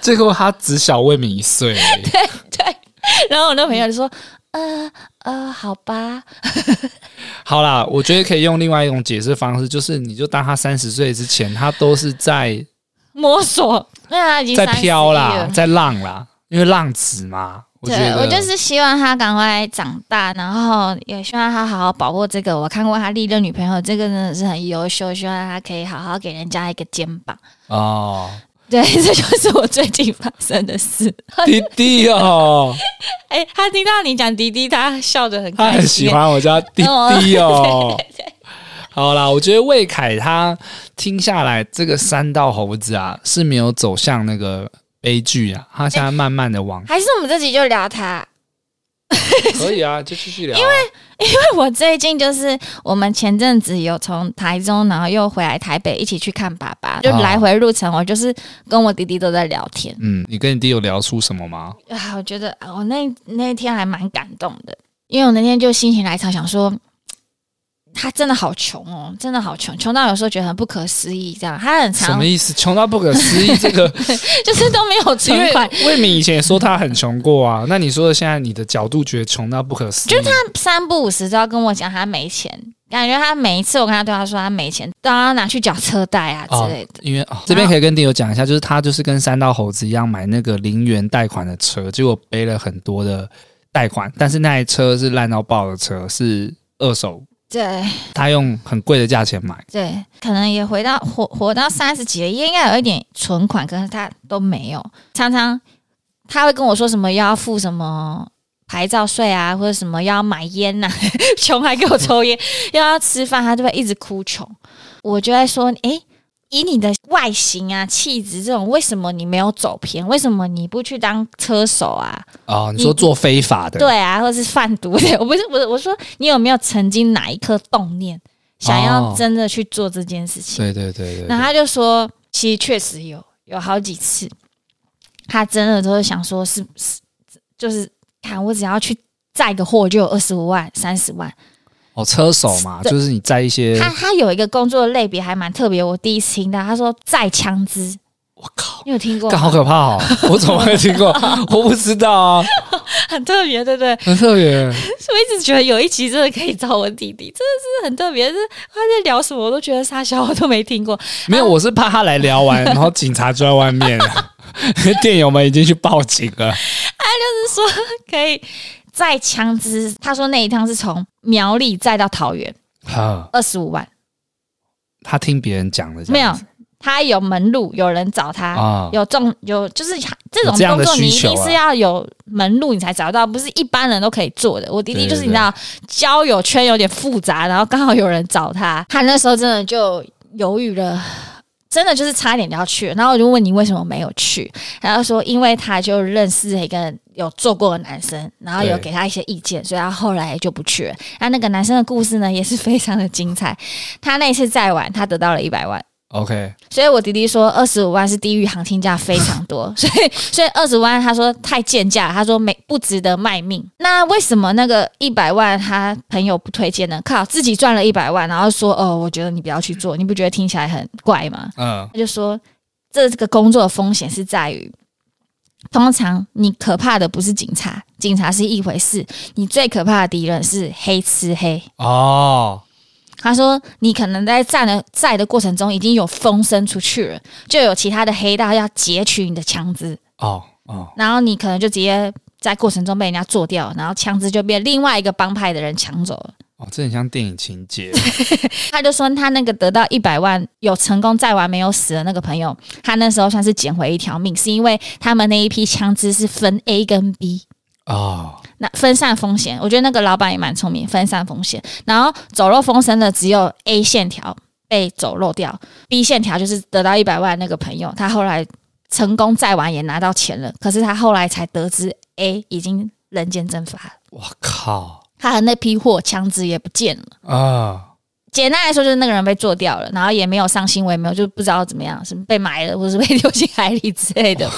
Speaker 1: 结果他只小魏敏一岁而已。
Speaker 2: 对。”然后我那朋友就说：“呃呃，好吧，
Speaker 1: 好啦，我觉得可以用另外一种解释方式，就是你就当他三十岁之前，他都是在
Speaker 2: 摸索。” 对啊，已经
Speaker 1: 在
Speaker 2: 31
Speaker 1: 飘啦
Speaker 2: 了，
Speaker 1: 在浪啦，因为浪子嘛。我觉
Speaker 2: 对，
Speaker 1: 得
Speaker 2: 我就是希望他赶快长大，然后也希望他好好把握这个。我看过他历任女朋友，这个真的是很优秀，希望他可以好好给人家一个肩膀。
Speaker 1: 哦，
Speaker 2: 对，这就是我最近发生的事。
Speaker 1: 弟弟哦，
Speaker 2: 哎、他听到你讲迪迪，他笑得很
Speaker 1: 他
Speaker 2: 开
Speaker 1: 很喜。
Speaker 2: 心
Speaker 1: 欢我家弟弟 哦。好啦，我觉得魏凯他听下来，这个三道猴子啊是没有走向那个悲剧啊，他现在慢慢的 往、
Speaker 2: 还是我们这集就聊他，
Speaker 1: 可以啊，就继续聊、因为
Speaker 2: 因为哎我最近就是我们前阵子有从台中，然后又回来台北一起去看爸爸，就
Speaker 1: 哦
Speaker 2: 来回路程，我就是跟我弟弟都在聊天。
Speaker 1: 嗯，你跟你弟有聊出什么吗？
Speaker 2: 啊，我觉得啊我那那一天还蛮感动的，因为我那天就心血来潮想说，他真的好穷哦，真的好穷，穷到有时候觉得很不可思议。这样，他很
Speaker 1: 什
Speaker 2: 常
Speaker 1: 么意思？穷到不可思议，这个
Speaker 2: 就是都没 有
Speaker 1: 因
Speaker 2: 存
Speaker 1: 为
Speaker 2: 款，
Speaker 1: 魏敏以前也说他很穷过啊，那你说的现在你的角度觉得穷到不可思议，就是他
Speaker 2: 三不五时都要跟我讲他没钱，感觉他每一次我跟他对话说他没钱，都要拿去缴车贷啊之类的。
Speaker 1: 因为、哦、这边可以跟店友讲一下，就是他就是跟三道猴子一样买那个零元贷款的车，结果背了很多的贷款，但是那台车是烂到爆的车，是二手，
Speaker 2: 对
Speaker 1: 他用很贵的价钱买，
Speaker 2: 对，可能也回到活活到三十几了，应该有一点存款，可是他都没有。常常他会跟我说什么要付什么牌照税啊，或者什么要买烟呐、 穷还给我抽烟，又要吃饭，他就会一直哭穷。我就在说，诶，以你的外形啊、气质这种，为什么你没有走偏？为什么你不去当车手啊？
Speaker 1: 哦，你说做非法的，
Speaker 2: 对啊，或是贩毒的。我不是我我说你有没有曾经哪一颗动念想要
Speaker 1: 哦
Speaker 2: 真的去做这件事情？
Speaker 1: 对对对对
Speaker 2: 那
Speaker 1: 对，
Speaker 2: 他就说，其实确实有有好几次，他真的都是想说是是就是看我只要去载个货就有二十五万、三十万。
Speaker 1: 哦，车手嘛，
Speaker 2: 对
Speaker 1: 就是你在一些，
Speaker 2: 他他有一个工作的类别还蛮特别，我第一次听到，他说载枪支，
Speaker 1: 我靠，
Speaker 2: 你有听过
Speaker 1: 干
Speaker 2: 吗？
Speaker 1: 好可怕哦！我怎么会听 过？我不知道啊，
Speaker 2: 很特别，对不对？
Speaker 1: 很特别。
Speaker 2: 所以我一直觉得有一集真的可以找我弟弟，真的是很特别，是他在聊什么我都觉得傻小，我都没听过。
Speaker 1: 没有，我是怕他来聊完，然后警察就在外 面了，店友们已经去报警了。
Speaker 2: 可以载枪支，他说那一趟是从苗栗载到桃园，
Speaker 1: 啊，
Speaker 2: 二十五万，
Speaker 1: 他听别人讲的这
Speaker 2: 没有
Speaker 1: 样子，
Speaker 2: 他有门路，有人找他。
Speaker 1: 啊，
Speaker 2: 有中哦有就是这
Speaker 1: 有
Speaker 2: 种
Speaker 1: 这样
Speaker 2: 工
Speaker 1: 的
Speaker 2: 作，你一
Speaker 1: 需求啊
Speaker 2: 定是要有门路你才找到，不是一般人都可以做的。我弟弟
Speaker 1: 对
Speaker 2: 就是
Speaker 1: 对
Speaker 2: 你知道交友圈有点复杂，然后刚好有人找他，他那时候真的就犹豫了。真的就是差一点就要去了，然后我就问你为什么没有去，然后说因为他就认识了一个有做过的男生，然后有
Speaker 1: 对
Speaker 2: 给他一些意见，所以他后来就不去了。那那个男生的故事呢也是非常的精彩，他那一次再玩，他得到了一百万。
Speaker 1: OK，
Speaker 2: 所以我弟弟说二十五万是地狱行情价非常多， 所以所以二十万他说太贱价了，他说没不值得卖命。那为什么那个一百万他朋友不推荐呢？靠，自己赚了一百万，然后说哦，我觉得你不要去做，你不觉得听起来很怪吗？
Speaker 1: 嗯，
Speaker 2: 他就说这个工作的风险是在于。通常你可怕的不是警察，警察是一回事，你最可怕的敌人是黑吃黑。
Speaker 1: 哦，
Speaker 2: 他说：“你可能在站的在的过程中，已经有风声出去了，就有其他的黑道要截取你的枪支，
Speaker 1: 哦，哦，
Speaker 2: 然后你可能就直接在过程中被人家做掉，然后枪支就被另外一个帮派的人抢走了。
Speaker 1: 哦，这很像电影情 节。
Speaker 2: 他就说他那个得到一百万有成功再玩没有死的那个朋友，他那时候算是捡回一条命，是因为他们那一批枪支是分 A 跟 B。”
Speaker 1: 哦，
Speaker 2: 那分散风险，我觉得那个老板也蛮聪明，分散风险。然后走漏风声的只有 A 线条被走漏掉，B 线条就是得到一百万那个朋友，他后来成功再玩也拿到钱了，可是他后来才得知 A 已经人间蒸发了，
Speaker 1: 我靠
Speaker 2: 他的那批货枪支也不见了。
Speaker 1: 啊！
Speaker 2: 简单来说，就是那个人被做掉了，然后也没有上新闻，也没有就不知道怎么样，是被埋了，或是被丢进海里之类的。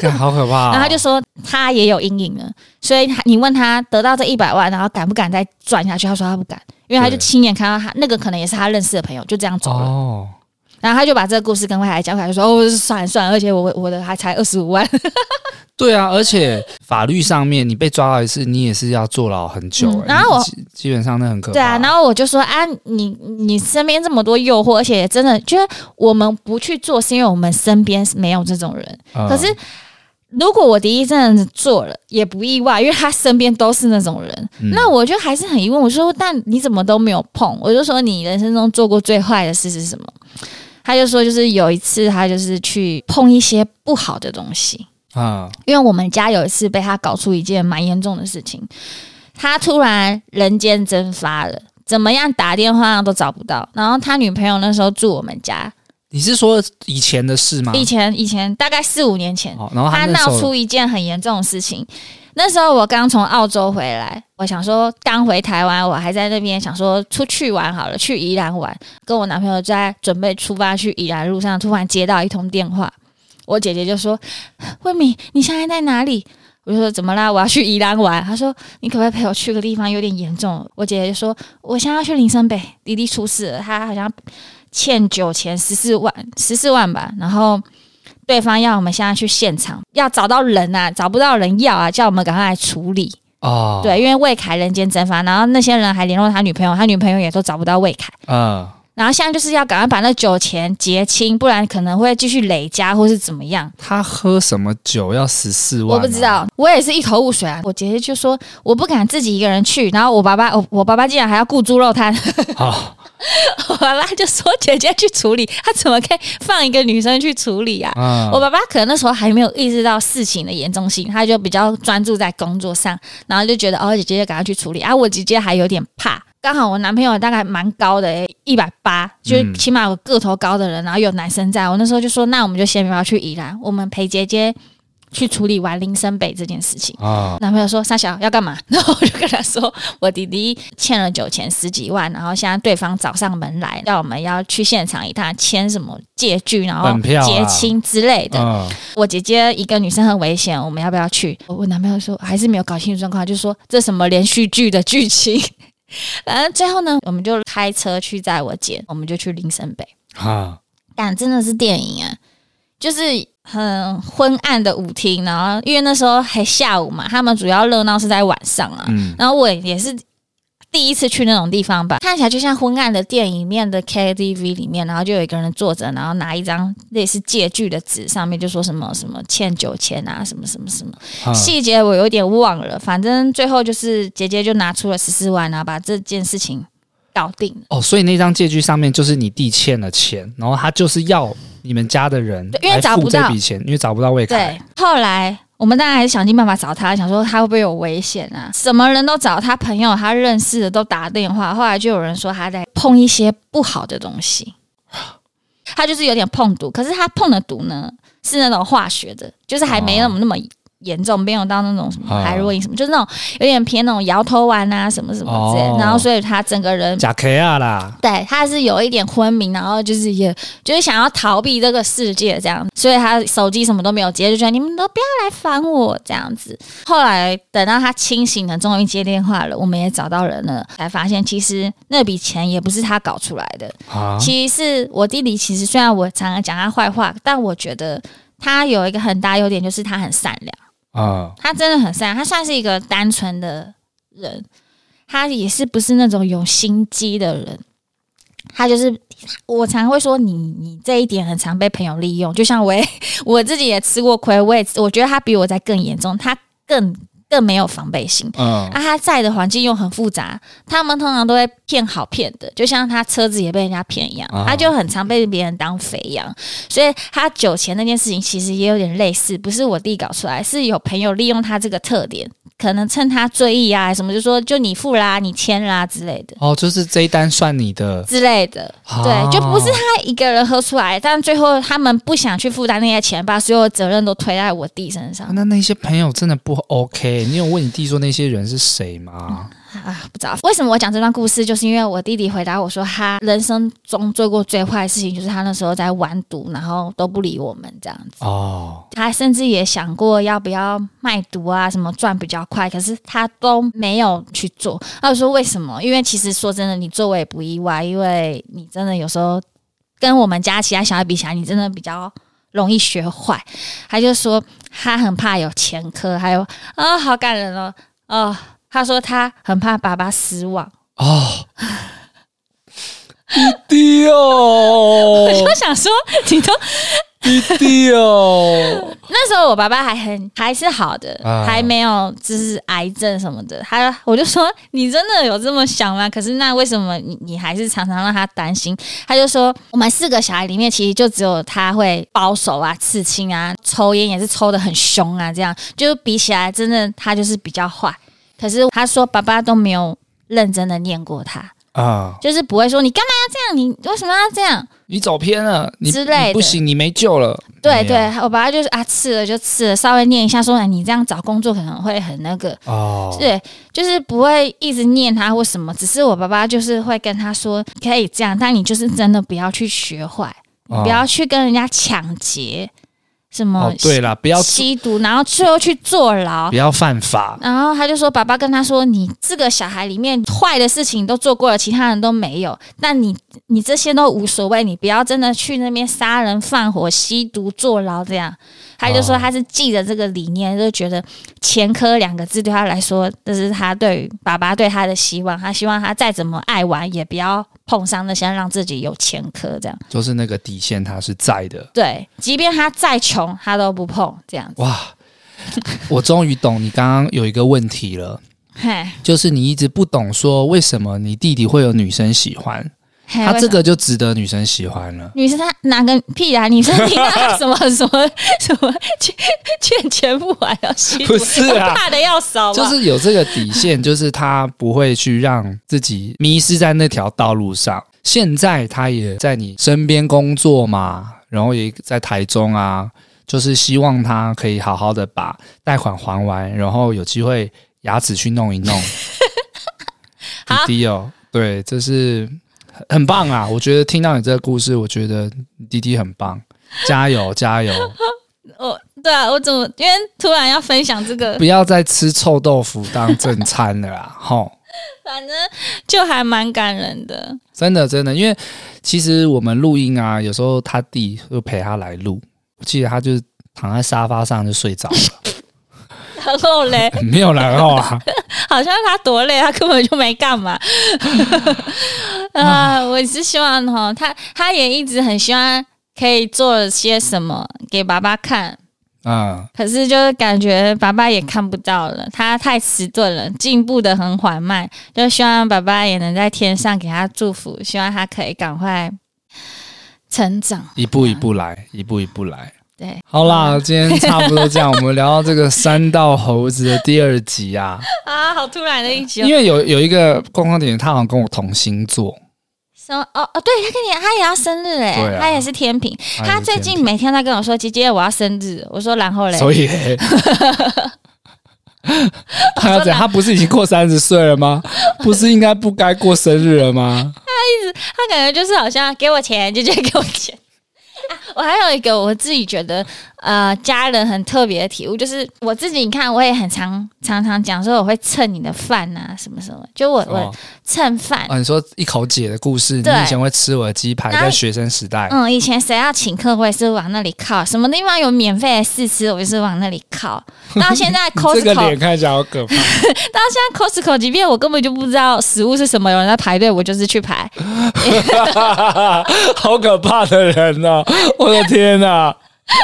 Speaker 1: 干好可怕哦！
Speaker 2: 然后他就说他也有阴影了，所以他你问他得到这一百万，然后敢不敢再转下去？他说他不敢，因为他就
Speaker 1: 对
Speaker 2: 亲眼看到他那个可能也是他认识的朋友就这样走了，
Speaker 1: 哦，
Speaker 2: 然后他就把这个故事跟外海讲出来，就说哦算了算了，而且我我的还才二十 五万，
Speaker 1: 对啊，而且法律上面你被抓到一次，你也是要坐牢很久、
Speaker 2: 嗯
Speaker 1: 欸
Speaker 2: 然后我
Speaker 1: 基基本上那很可怕。
Speaker 2: 对啊，然后我就说啊你你身边这么多诱惑，而且真的就是我们不去做是因为我们身边是没有这种人，
Speaker 1: 嗯
Speaker 2: 可是如果我第一真的做了，也不意外，因为他身边都是那种人。
Speaker 1: 嗯
Speaker 2: 那我就还是很疑问，我说：“但你怎么都没有碰？”我就说：“你人生中做过最坏的事是什么？”他就说：“就是有一次，他就是去碰一些不好的东西。
Speaker 1: 嗯，
Speaker 2: 因为我们家有一次被他搞出一件蛮严重的事情，他突然人间蒸发了，怎么样打电话都找不到。然后他女朋友那时候住我们家，
Speaker 1: 你是说以前的事吗？
Speaker 2: 以前以前大概四五年前，
Speaker 1: 哦，然后
Speaker 2: 他
Speaker 1: 他那时
Speaker 2: 闹
Speaker 1: 候
Speaker 2: 出一件很严重的事情。那时候我刚从澳洲回来，我想说刚回台湾，我还在那边想说出去玩好了，去宜兰玩。跟我男朋友在准备出发去宜兰路上，突然接到一通电话，我姐姐就说：“慧敏，你现在在哪里？”我就说怎么啦？我要去宜兰玩。她说：“你可不可以陪我去个地方？有点严重。”我姐姐就说：“我现在要去林森北，弟弟出事了，他好像欠酒钱十四万， 十四万吧。”然后对方要我们现在去现场，要找到人啊，找不到人要啊，叫我们赶快来处理。
Speaker 1: 哦，，
Speaker 2: 对，因为魏凯人间蒸发，然后那些人还联络他女朋友，他女朋友也都找不到魏凯。
Speaker 1: 嗯，
Speaker 2: 然后现在就是要赶快把那酒钱结清，不然可能会继续累加或是怎么样。
Speaker 1: 他喝什么酒要十四万、啊
Speaker 2: 我不知， 道，我也是一头雾水啊。我姐姐就说我不敢自己一个人去，然后我爸爸，我我爸爸竟然还要雇猪肉摊，
Speaker 1: 好，
Speaker 2: 我爸爸就说姐姐去处理，他怎么可以放一个女生去处理啊？
Speaker 1: 嗯，
Speaker 2: 我爸爸可能那时候还没有意识到事情的严重性，他就比较专注在工作上，然后就觉得哦，姐姐就赶快去处理。啊，我姐姐还有点怕，刚好我男朋友大概蛮高的，一百八，就是起码有个头高的人，然后有男生在。我那时候就说，那我们就先不要去宜兰，我们陪姐姐去处理完林森北这件事情。
Speaker 1: 啊，
Speaker 2: 男朋友说：“傻小要干嘛？” 然后我就跟他说：“我弟弟欠了九千十几万，然后现在对方找上门来，要我们要去现场一趟签什么借据，然后
Speaker 1: 本票啊
Speaker 2: 结清之类的。
Speaker 1: 嗯，
Speaker 2: 我姐姐一个女生很危险，我们要不要去？我男朋友说还是没有搞清楚状况，就说这什么连续剧的剧情。 反正最后呢，我们就开车去载我姐，我们就去林森北。啊
Speaker 1: 哈，
Speaker 2: 但真的是电影啊，就是很昏暗的舞厅，然后因为那时候还下午嘛，他们主要热闹是在晚上啊。
Speaker 1: 嗯，
Speaker 2: 然后我也是第一次去那种地方吧，看起来就像昏暗的电影里面的 KTV 里面，然后就有一个人坐着，然后拿一张类似借据的纸，上面就说什么什么欠九千啊，什么什么什么，
Speaker 1: 哈
Speaker 2: 细节我有点忘了，反正最后就是姐姐就拿出了十四万啊，把这件事情搞定了。
Speaker 1: 哦，所以那张借据上面就是你弟欠了钱，然后他就是要你们家的人
Speaker 2: 对因为
Speaker 1: 来
Speaker 2: 找
Speaker 1: 付
Speaker 2: 不
Speaker 1: 这
Speaker 2: 到
Speaker 1: 笔钱，因为找不到魏凯
Speaker 2: 对，后来我们当然还是想尽办法找他，想说他会不会有危险啊？什么人都找他，朋友他认识的都打电话。后来就有人说他在碰一些不好的东西，他就是有点碰毒，可是他碰的毒呢是那种化学的，就是还没那么那么。严重没有到那种什么
Speaker 1: 哦
Speaker 2: 海洛因什么，就是那种有点偏那种摇头丸啊什么什么之类的，
Speaker 1: 哦
Speaker 2: 然后所以他整个人
Speaker 1: 贾 K 啊啦，
Speaker 2: 对，他是有一点昏迷，然后就是也就是想要逃避这个世界这样，所以他手机什么都没有接，就觉得你们都不要来烦我这样子。后来等到他清醒了，终于接电话了，我们也找到人了，才发现其实那笔钱也不是他搞出来的，
Speaker 1: 啊，
Speaker 2: 其实是我弟弟。其实虽然我常常讲他坏话，但我觉得他有一个很大优点就是他很善良。
Speaker 1: 啊，
Speaker 2: 他真的很善良，他算是一个单纯的人，他也是不是那种有心机的人。他就是我常会说你，你这一点很常被朋友利用，就像我也 我自己也吃过亏，我也我觉得他比我在更严重，他更更没有防备心。
Speaker 1: 嗯，
Speaker 2: 啊，他在的环境又很复杂，他们通常都会骗好骗的，就像他车子也被人家骗一样，
Speaker 1: 啊
Speaker 2: 他就很常被别人当肥羊，所以他酒钱那件事情其实也有点类似，不是我弟搞出来，是有朋友利用他这个特点，可能趁他醉意啊什么，就说就你付啦，你签啦之类的
Speaker 1: 哦，就是这一单算你的，
Speaker 2: 之类的，
Speaker 1: 啊
Speaker 2: 对，就不是他一个人喝出来，但最后他们不想去负担那些钱，把所有责任都推在我弟身上
Speaker 1: 啊。那那些朋友真的不 OK，你有问你弟说那些人是谁吗？
Speaker 2: 啊，不知道为什么我讲这段故事，就是因为我弟弟回答我说，他人生中做过最坏的事情，就是他那时候在玩毒，然后都不理我们这样子。
Speaker 1: 哦，
Speaker 2: 他甚至也想过要不要卖毒啊，什么赚比较快，可是他都没有去做。他就说为什么？因为其实说真的，你做我也不意外，因为你真的有时候跟我们家其他小孩比起来，你真的比较容易学坏。他就说他很怕有前科，还有啊、好感人哦，哦，他说他很怕爸爸失望。
Speaker 1: 哦，弟弟哦，
Speaker 2: 我想说，你都
Speaker 1: 弟弟哦，
Speaker 2: 那时候我爸爸还很还是好的，
Speaker 1: 啊
Speaker 2: 还没有就是癌症什么的。他我就说你真的有这么想吗？可是那为什么你你还是常常让他担心？他就说我们四个小孩里面，其实就只有他会包手啊、刺青啊、抽烟也是抽的很凶啊，这样就比起来，真的他就是比较坏。可是他说爸爸都没有认真的念过他，
Speaker 1: 啊，
Speaker 2: 就是不会说你干嘛要这样，你为什么要这样？
Speaker 1: 你走偏了，你
Speaker 2: 之类的
Speaker 1: 你不行，你没救了。
Speaker 2: 对
Speaker 1: 没有
Speaker 2: 对，，我爸爸就是啊，刺了就刺了，稍微念一下说，哎你这样找工作可能会很那个，
Speaker 1: 哦，
Speaker 2: 对，就是不会一直念他或什么，只是我爸爸就是会跟他说，可以这样，但你就是真的不要去学坏，你
Speaker 1: 哦
Speaker 2: 不要去跟人家抢劫，什么
Speaker 1: 哦，对啦，不要
Speaker 2: 吸毒，然后最后去坐牢
Speaker 1: 不。要犯法，
Speaker 2: 然后他就说：“爸爸跟他说，你这个小孩里面坏的事情你都做过了，其他人都没有。但你你这些都无所谓，你不要真的去那边杀人放火、吸毒坐牢这样。”他就说
Speaker 1: 哦
Speaker 2: 他是记着这个理念，就觉得“前科”两个字对他来说，这是他对于爸爸对他的希望。他希望他再怎么爱玩，也不要碰上那些让自己有前科这样。
Speaker 1: 就是那个底线它是在的。
Speaker 2: 对，即便他再穷，他都不碰这样子。
Speaker 1: 哇，我终于懂你刚刚有一个问题了，
Speaker 2: 嘿，
Speaker 1: 就是你一直不懂说为什么你弟弟会有女生喜欢，
Speaker 2: 嘿
Speaker 1: 他
Speaker 2: 哎为
Speaker 1: 这
Speaker 2: 什么
Speaker 1: 个就值得女生喜欢了。
Speaker 2: 女生她哪个屁啊？女生听 到什么什么什么欠欠钱不还要吸毒，
Speaker 1: 不是啊
Speaker 2: 怕的要死好不
Speaker 1: 就
Speaker 2: 好？
Speaker 1: 是有这个底线，就是他不会去让自己迷失在那条道路上。现在他也在你身边工作嘛，然后也在台中啊，就是希望他可以好好的把贷款还完，然后有机会牙齿去弄一弄。弟
Speaker 2: 好
Speaker 1: 弟哦，对，这是很很棒啊！我觉得听到你这个故事，我觉得弟弟很棒，加油加油！
Speaker 2: 我对啊，我怎么因为突然要分享这个
Speaker 1: 不，要再吃臭豆腐当正餐了啦，吼！
Speaker 2: 反正就还蛮感人的。
Speaker 1: 真的真的，因为其实我们录音啊，有时候他弟就陪他来录，我记得他就是躺在沙发上就睡着 了，
Speaker 2: 然后 嘞，
Speaker 1: 没有然后啊，
Speaker 2: 好像他多累，他根本就没干 嘛。啊、我是希望哈，他他也一直很希望可以做些什么给爸爸看，
Speaker 1: 嗯，
Speaker 2: 可是就是感觉爸爸也看不到了，他太迟钝了，进步的很缓慢。就希望爸爸也能在天上给他祝福，希望他可以赶快成长。
Speaker 1: 一步一步来，一步一步来。
Speaker 2: 对，
Speaker 1: 好啦，今天差不多这样，我们聊到这个三道猴子的第二集 啊，
Speaker 2: 啊，好突然的一集、哦
Speaker 1: 因。为有有一个共同点，他好像跟我同星座，
Speaker 2: 什么？哦哦，对他跟你，他也要生日哎、
Speaker 1: 对啊
Speaker 2: 他也是天平。
Speaker 1: 也是
Speaker 2: 他最近每天都在跟我说：“姐姐，我要生日。”我说：“然后嘞
Speaker 1: 所 以嘞他要怎样？他不是已经过三十岁了吗？不是应该不该过生日了吗？？”
Speaker 2: 他感觉就是好像给我钱，姐姐给我钱。 啊我还有一个我自己觉得呃家人很特别的体悟，就是我自己你看我也很常常常讲说我会蹭你的饭啊什么什么，就我
Speaker 1: 哦
Speaker 2: 我蹭饭，
Speaker 1: 啊，你说一口姐的故事，你
Speaker 2: 对
Speaker 1: 以前会吃我的鸡排，
Speaker 2: 然后
Speaker 1: 在学生时代，
Speaker 2: 嗯，以前谁要请客，我也是往那里靠，什么地方有免费的试吃，我就是往那里 靠。到现在
Speaker 1: 这个
Speaker 2: Costco
Speaker 1: 脸看起来好可怕。
Speaker 2: 到现在 Costco，即便我根本就不知道食物是什么，有人在排队，我就是去排。
Speaker 1: 好可怕的人哦！我的天哪、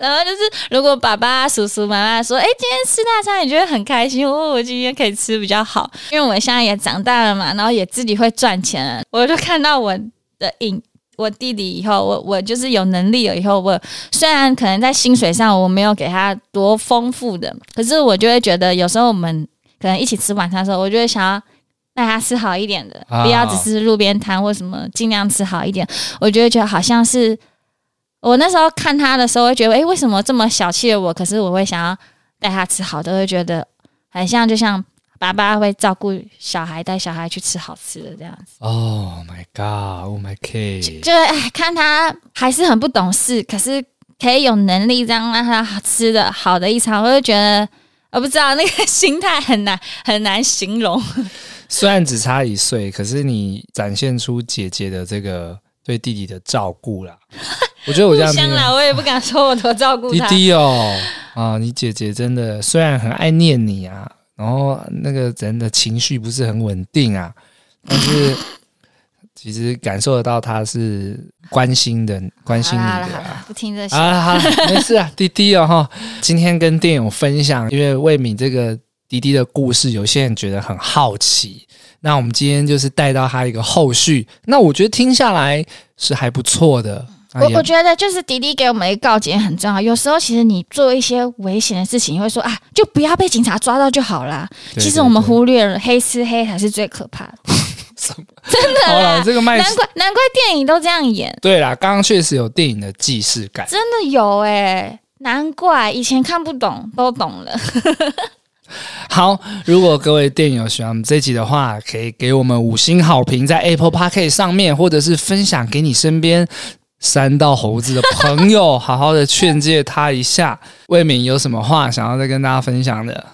Speaker 2: 然后就是，如果爸爸、叔叔、妈妈说：“哎、今天吃大餐，你觉得很开心哦，我今天可以吃比较好。”因为我现在也长大了嘛，然后也自己会赚钱了，我就看到我的影。我弟弟以后，我我就是有能力了以后，我虽然可能在薪水上我没有给他多丰富的，可是我就会觉得有时候我们可能一起吃晚餐的时候，我就会想要带他吃好一点的，
Speaker 1: 啊
Speaker 2: 不要只是路边摊或什么，尽量吃好一点。我就会觉得好像是我那时候看他的时候，会觉得，诶，为什么这么小气的我？可是我会想要带他吃好的，会觉得很像，就像爸爸会照顾小孩，带小孩去吃好吃的这样子。
Speaker 1: o h Oh my God，Oh my God，
Speaker 2: 就是哎，看他还是很不懂事，可是可以有能力这样让他好吃的好的一餐，我就觉得。我不知道那个心态很难很难形容，
Speaker 1: 虽然只差一岁，可是你展现出姐姐的这个对弟弟的照顾啦。我觉得我
Speaker 2: 互
Speaker 1: 这样
Speaker 2: 相啦，我也不敢说我多照顾
Speaker 1: 弟
Speaker 2: 他。
Speaker 1: 弟哦，啊，你姐姐真的虽然很爱念你啊，然后那个人的情绪不是很稳定啊，但是其实感受得到她是关心的，关心你
Speaker 2: 好啦
Speaker 1: 的
Speaker 2: 好
Speaker 1: 啊
Speaker 2: 啦，不听这些。
Speaker 1: 啊，好了，没事啊，滴滴哦哈。今天跟电友分享，因为魏敏这个滴滴的故事，有些人觉得很好奇。那我们今天就是带到他一个后续，那我觉得听下来是还不错的。啊
Speaker 2: 我
Speaker 1: 也
Speaker 2: 我觉得就是迪迪给我们一个告解很重要。有时候其实你做一些危险的事情，你会说啊，就不要被警察抓到就好啦。
Speaker 1: 对
Speaker 2: 其实
Speaker 1: 对
Speaker 2: 我们
Speaker 1: 对
Speaker 2: 忽略了黑吃黑才是最可怕 的。真
Speaker 1: 好
Speaker 2: 的
Speaker 1: 了，
Speaker 2: 啦，
Speaker 1: 这个卖
Speaker 2: 难怪难怪电影都这样演，
Speaker 1: 对啦，刚刚确实有电影的既视感。
Speaker 2: 真的有哎、难怪以前看不懂，都懂了。
Speaker 1: 好，如果各位电友喜欢我们这集的话，可以给我们五星好评，在 Apple p a r k 上面，或者是分享给你身边三道猴子的朋友， 好好的劝诫他一下。魏敏有什么话想要再跟大家分享的？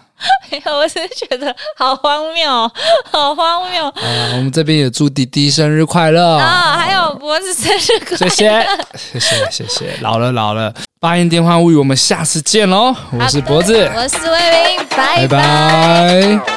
Speaker 2: 没有，我只是觉得好荒谬哦，好荒谬
Speaker 1: 好啦我们这边也祝迪迪生日快乐，
Speaker 2: 啊！还有脖子生日快
Speaker 1: 谢谢， 谢谢，谢谢，老了老了。八音电话物语，我们下次见喽！我是脖子，
Speaker 2: 我是魏明，
Speaker 1: 拜
Speaker 2: 拜拜
Speaker 1: 拜